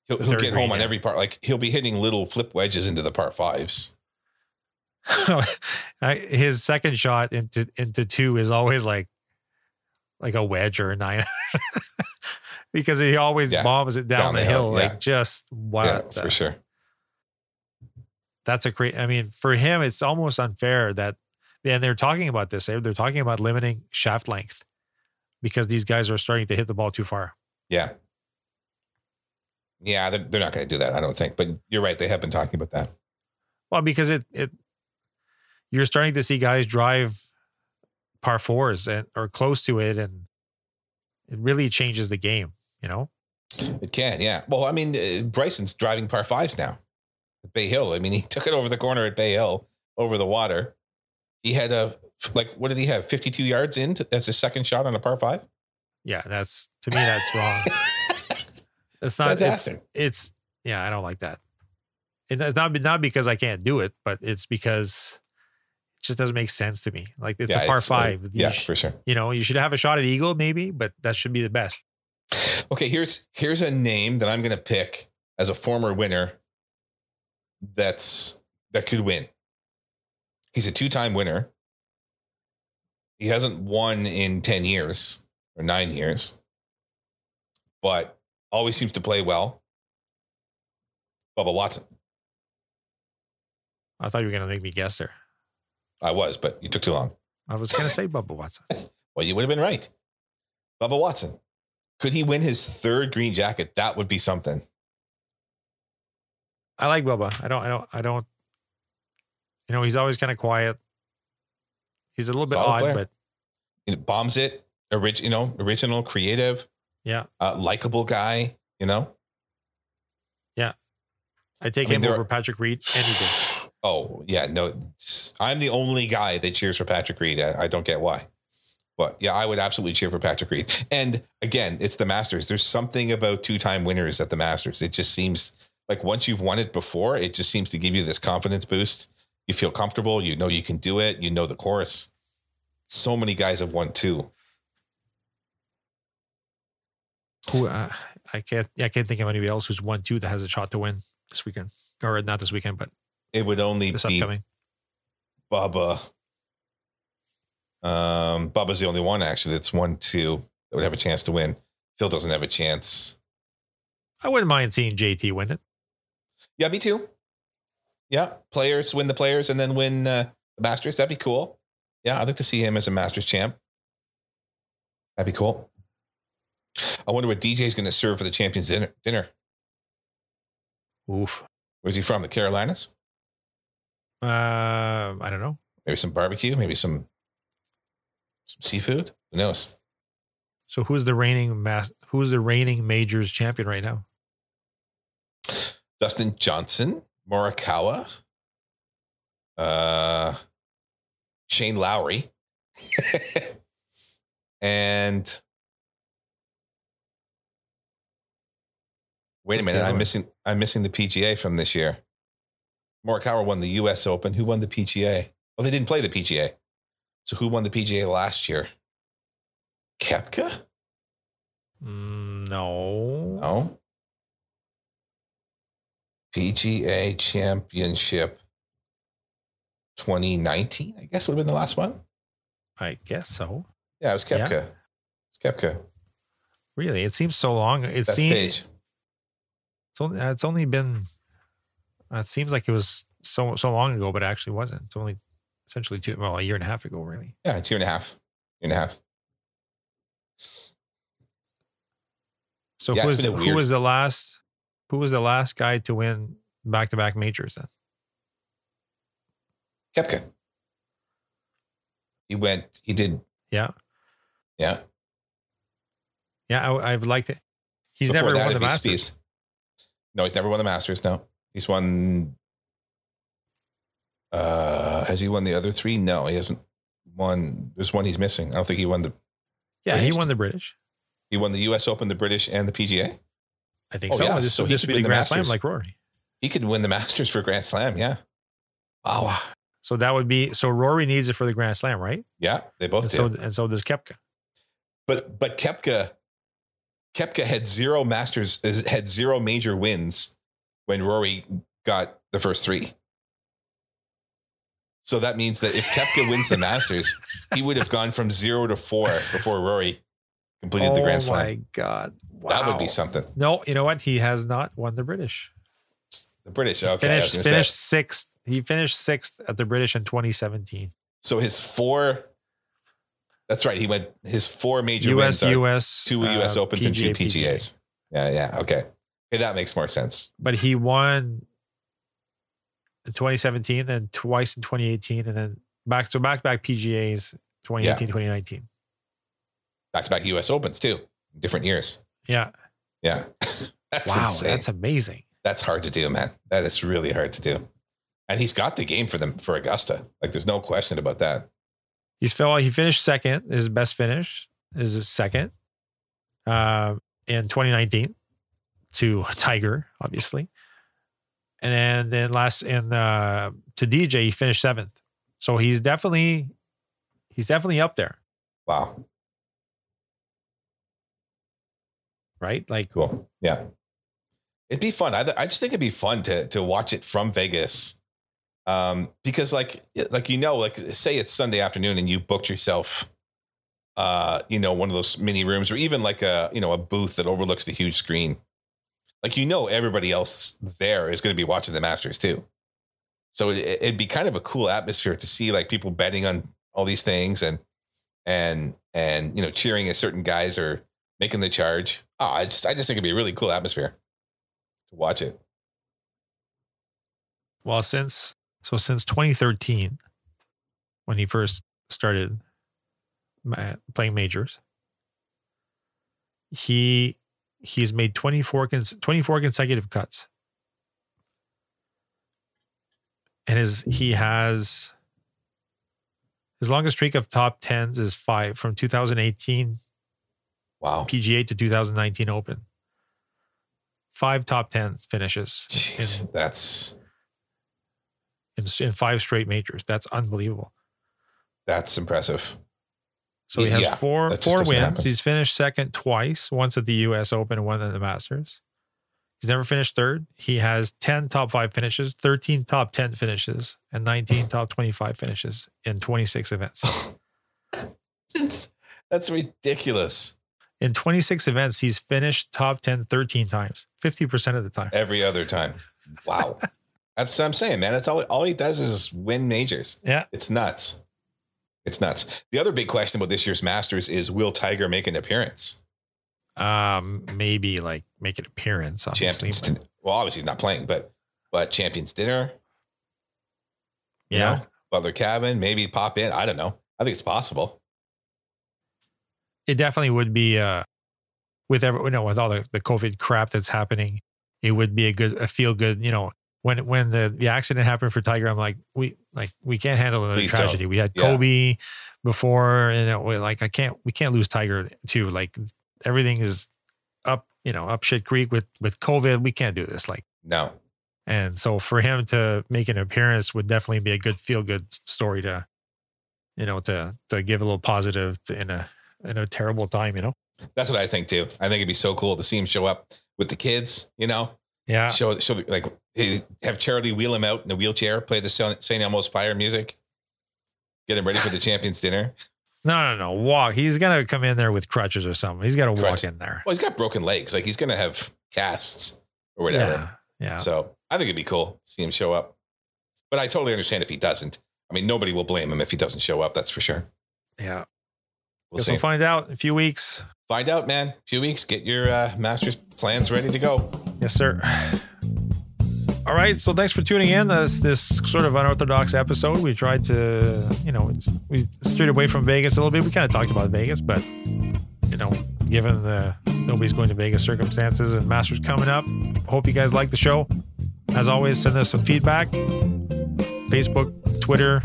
Speaker 2: He'll, he'll
Speaker 1: Third
Speaker 2: get
Speaker 1: green,
Speaker 2: home on
Speaker 1: yeah.
Speaker 2: every part. Like he'll be hitting little flip wedges into the par fives.
Speaker 1: I- His second shot into into two is always like like a wedge or a nine. because he always
Speaker 2: Yeah.
Speaker 1: bombs it down, the, hill, like
Speaker 2: yeah.
Speaker 1: just wow
Speaker 2: yeah, for sure.
Speaker 1: that's a great i mean for him it's almost unfair that and they're talking about this eh? they're talking about limiting shaft length because these guys are starting to hit the ball too far
Speaker 2: Yeah, yeah. They're, they're not going to do that, I don't think. But you're right. They have been talking about that.
Speaker 1: well because it it you're starting to see guys drive par fours and or close to it and it really changes the game you know
Speaker 2: It can. Yeah. Well, I mean, uh, Bryson's driving par fives now. Bay Hill. I mean, he took it over the corner at Bay Hill over the water. He had a like what did he have? 52 yards in to, as his second shot on a par five?
Speaker 1: Yeah, that's to me that's wrong. It's not it's,
Speaker 2: Fantastic.
Speaker 1: it's yeah, I don't like that. And it's not not because I can't do it, but it's because it just doesn't make sense to me. Like it's
Speaker 2: Yeah,
Speaker 1: a par
Speaker 2: like-
Speaker 1: five. You
Speaker 2: yeah,
Speaker 1: sh-
Speaker 2: for sure.
Speaker 1: you know, you should have a shot at eagle maybe, but that should be the best.
Speaker 2: Okay, here's here's a name that I'm gonna pick as a former winner that's that could win. He's a two-time winner. He hasn't won in 10 years or nine years, but always seems to play well. Bubba Watson.
Speaker 1: I thought you were gonna make me guess there.
Speaker 2: I was, but you took too long.
Speaker 1: I was gonna say Bubba Watson.
Speaker 2: Well, you would have been right. Bubba Watson. Could he win his third green jacket? That would be something.
Speaker 1: I like Bubba. I don't. I don't. I don't. You know, he's always kind of quiet. He's a little bit
Speaker 2: Solid
Speaker 1: odd,
Speaker 2: player.
Speaker 1: but
Speaker 2: It bombs it. Orig- you know, original, creative,
Speaker 1: yeah,
Speaker 2: uh, likable guy, you know?
Speaker 1: I take
Speaker 2: I mean,
Speaker 1: him
Speaker 2: there
Speaker 1: over
Speaker 2: are-
Speaker 1: Patrick Reed any day.
Speaker 2: Oh, yeah. No, it's- I'm the only guy that cheers for Patrick Reed. I, I don't get why. But yeah, I would absolutely cheer for Patrick Reed. And again, it's the Masters. There's something about two time winners at the Masters. It just seems like once you've won it before, it just seems to give you this confidence boost. You feel comfortable. You know you can do it. You know the course. So many guys have won two.
Speaker 1: Who uh, I can't. I can't think of anybody else who's won two that has a shot to win this weekend, or not this weekend, but
Speaker 2: It would only
Speaker 1: this
Speaker 2: be
Speaker 1: upcoming.
Speaker 2: Bubba. Um, Bubba's the only one actually that's one two that would have a chance to win. Phil doesn't have a chance.
Speaker 1: I wouldn't mind seeing JT win it.
Speaker 2: Yeah, me too. Yeah, players win the players and then win uh, the Masters. That'd be cool. Yeah, I'd like to see him as a Masters champ. That'd be cool. I wonder what DJ's going to serve for the Champions dinner. Dinner.
Speaker 1: Oof.
Speaker 2: Where's he from? The Carolinas?
Speaker 1: Uh, I don't know.
Speaker 2: Maybe some barbecue. Maybe some some seafood. Who knows?
Speaker 1: So who's the reigning mas- Who's the reigning majors champion right now?
Speaker 2: Dustin Johnson, Morikawa, uh, Shane Lowry, and
Speaker 1: Who's
Speaker 2: wait a
Speaker 1: the
Speaker 2: minute,
Speaker 1: other
Speaker 2: I'm
Speaker 1: one?
Speaker 2: missing I'm missing the PGA from this year. Morikawa won the U.S. Open. Who won the PGA? Well, they didn't play the PGA, so who won the PGA last year? Kepka?
Speaker 1: Mm, no.
Speaker 2: No. PGA Championship 2019, I guess would have been the last one.
Speaker 1: I guess so.
Speaker 2: Yeah, it was Kepka. It's Kepka.
Speaker 1: Really, it seems so long. It
Speaker 2: That's
Speaker 1: seems
Speaker 2: Page.
Speaker 1: It's only it's only been. uh, It seems like it was so so long ago, but it actually wasn't. It's only essentially two well a year and a half ago, really.
Speaker 2: Yeah, it's year and a half. Year and a half.
Speaker 1: So
Speaker 2: Yeah,
Speaker 1: who
Speaker 2: it's
Speaker 1: was
Speaker 2: been a
Speaker 1: who
Speaker 2: weird-
Speaker 1: was the last who was the last guy to win back to back majors? Then
Speaker 2: Kepka. He went, he did,
Speaker 1: yeah
Speaker 2: yeah.
Speaker 1: yeah I, I've liked it. He's
Speaker 2: Before
Speaker 1: never
Speaker 2: that,
Speaker 1: won the
Speaker 2: it'd be
Speaker 1: Masters.
Speaker 2: Spieth. No, he's never won the Masters. No, he's won. Uh, has he won the other three? No, he hasn't won. There's one he's missing. I don't think he won the
Speaker 1: Yeah, he
Speaker 2: Finished.
Speaker 1: won the British.
Speaker 2: He won the U.S. Open, the British, and the PGA.
Speaker 1: I think
Speaker 2: Oh,
Speaker 1: so.
Speaker 2: yeah,
Speaker 1: This,
Speaker 2: so he
Speaker 1: this
Speaker 2: could
Speaker 1: would be
Speaker 2: win
Speaker 1: the
Speaker 2: the
Speaker 1: Grand Slam,
Speaker 2: Masters.
Speaker 1: like Rory.
Speaker 2: He could win the Masters for Grand Slam. Yeah. Wow.
Speaker 1: So that would be so Rory needs it for the Grand Slam, right?
Speaker 2: Yeah, they both
Speaker 1: And
Speaker 2: did.
Speaker 1: so and so does Kepka.
Speaker 2: but but Kepka, Kepka had zero Masters, is- had zero major wins when Rory got the first three. So that means that if Kepka wins the Masters, he would have gone from zero to four before Rory completed the Grand
Speaker 1: oh
Speaker 2: Slam.
Speaker 1: my God! Wow.
Speaker 2: That would be something.
Speaker 1: No, you know what? He has not won the British.
Speaker 2: The British. Okay, I was
Speaker 1: finished
Speaker 2: gonna say.
Speaker 1: finished sixth. He finished sixth at the British in 2017.
Speaker 2: So his four. That's right. He went his four major
Speaker 1: US,
Speaker 2: wins are
Speaker 1: US,
Speaker 2: two
Speaker 1: uh,
Speaker 2: U.S. Opens and two
Speaker 1: PGA.
Speaker 2: PGAs. Yeah, yeah. Okay, okay, that makes more sense.
Speaker 1: But he won in 2017 and twice in 2018, and then back to back back PGAs 2018, 2019.
Speaker 2: Back to back U.S. Opens too, different years.
Speaker 1: Yeah.
Speaker 2: Yeah, that's
Speaker 1: wow.
Speaker 2: insane.
Speaker 1: That's
Speaker 2: That's,
Speaker 1: amazing.
Speaker 2: hard to do, man. That is really hard to do. And he's got the game for them for Augusta. Like, there's no question about that.
Speaker 1: He's well, he finished second. His best finish is his second uh, in 2019 to Tiger, obviously. And then, then last in uh, to DJ, he finished seventh. So he's definitely he's definitely up there,
Speaker 2: Wow.
Speaker 1: right? Like
Speaker 2: Cool. Yeah. It'd be fun. I, I just think it'd be fun to to watch it from Vegas. Um, because like like you know, like say it's Sunday afternoon and you booked yourself uh, you know, one of those mini rooms or even like a you know, a booth that overlooks the huge screen. Like you know everybody else there is gonna be watching the Masters too. So it, it'd be kind of a cool atmosphere to see like people betting on all these things and and and you know cheering at certain guys or making the charge. Oh, I just I just think it'd be a really cool atmosphere to watch it.
Speaker 1: well since so since 2013 when he first started ma- playing majors he he's made 24 cons- 24 consecutive cuts and his he has his longest streak of top 10s is 5 from 2018
Speaker 2: Wow.
Speaker 1: PGA to 2019 Open. Five top 10 finishes
Speaker 2: Jeez, that's
Speaker 1: in, in five straight majors. That's unbelievable.
Speaker 2: that's impressive.
Speaker 1: So he has
Speaker 2: Yeah,
Speaker 1: four
Speaker 2: that just
Speaker 1: four wins.
Speaker 2: doesn't happen.
Speaker 1: He's finished second twice, once at the US Open and one at the Masters. He's never finished third. He has 10 top 5 finishes, 13 top 10 finishes, and 19 top 25 finishes in 26 events.
Speaker 2: It's- that's ridiculous.
Speaker 1: In 26 events, he's finished top 10 13 times, 50% of the time.
Speaker 2: Every other time. Wow. that's what I'm saying, man. That's all all he does is win majors.
Speaker 1: Yeah.
Speaker 2: It's nuts. It's nuts. The other big question about this year's Masters is will Tiger make an appearance?
Speaker 1: Um maybe like make an appearance obviously.
Speaker 2: Champions
Speaker 1: but-
Speaker 2: Din- well, obviously he's not playing, but but Champions Dinner, you
Speaker 1: yeah.
Speaker 2: know, Butler Cabin, maybe pop in. I don't know. I think it's possible.
Speaker 1: it definitely would be uh with every you know with all the, the covid crap that's happening it would be a good a feel good you know when when the the accident happened for tiger i'm like we like we can't handle another
Speaker 2: Please don't.
Speaker 1: tragedy we had
Speaker 2: Yeah.
Speaker 1: kobe before and it, we like i can't we can't lose tiger too like everything is up you know up shit creek with with covid we can't do this like
Speaker 2: No.
Speaker 1: and so for him to make an appearance would definitely be a good feel good story to, you know, to to give a little positive to, in a in a terrible time, you know.
Speaker 2: That's what I think too. I think it'd be so cool to see him show up with the kids, you know,
Speaker 1: Yeah,
Speaker 2: show, show like eh, have charity wheel him out in a wheelchair, play the St. Elmo's fire music, get him ready for the champions dinner.
Speaker 1: no, no, no, walk. He's gonna come in there with crutches or something. He's got to walk
Speaker 2: Crutches.
Speaker 1: in there.
Speaker 2: Well, he's got broken legs. Like he's going to have casts or whatever.
Speaker 1: Yeah, yeah.
Speaker 2: So I think it'd be cool to see him show up, but I totally understand if he doesn't. I mean, nobody will blame him if he doesn't show up. That's for sure.
Speaker 1: yeah.
Speaker 2: We'll
Speaker 1: Guess
Speaker 2: see.
Speaker 1: we'll find out in a few weeks.
Speaker 2: Find out, man. few weeks, get your uh, master's plans ready to go.
Speaker 1: Yes, sir. All right. So thanks for tuning in. This this sort of unorthodox episode. We tried to, you know, we strayed away from Vegas a little bit. We kind of talked about Vegas, but you know, given the nobody's going to Vegas circumstances and Masters coming up, hope you guys like the show. As always, send us some feedback. Facebook, Twitter.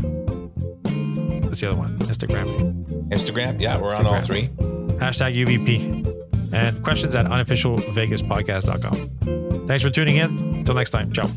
Speaker 1: What's the other one? Instagram.
Speaker 2: Instagram. Yeah, we're on all
Speaker 1: Instagram.
Speaker 2: three.
Speaker 1: Hashtag UVP. And questions at unofficialvegaspodcast.com. Thanks for tuning in. Till next time. Ciao.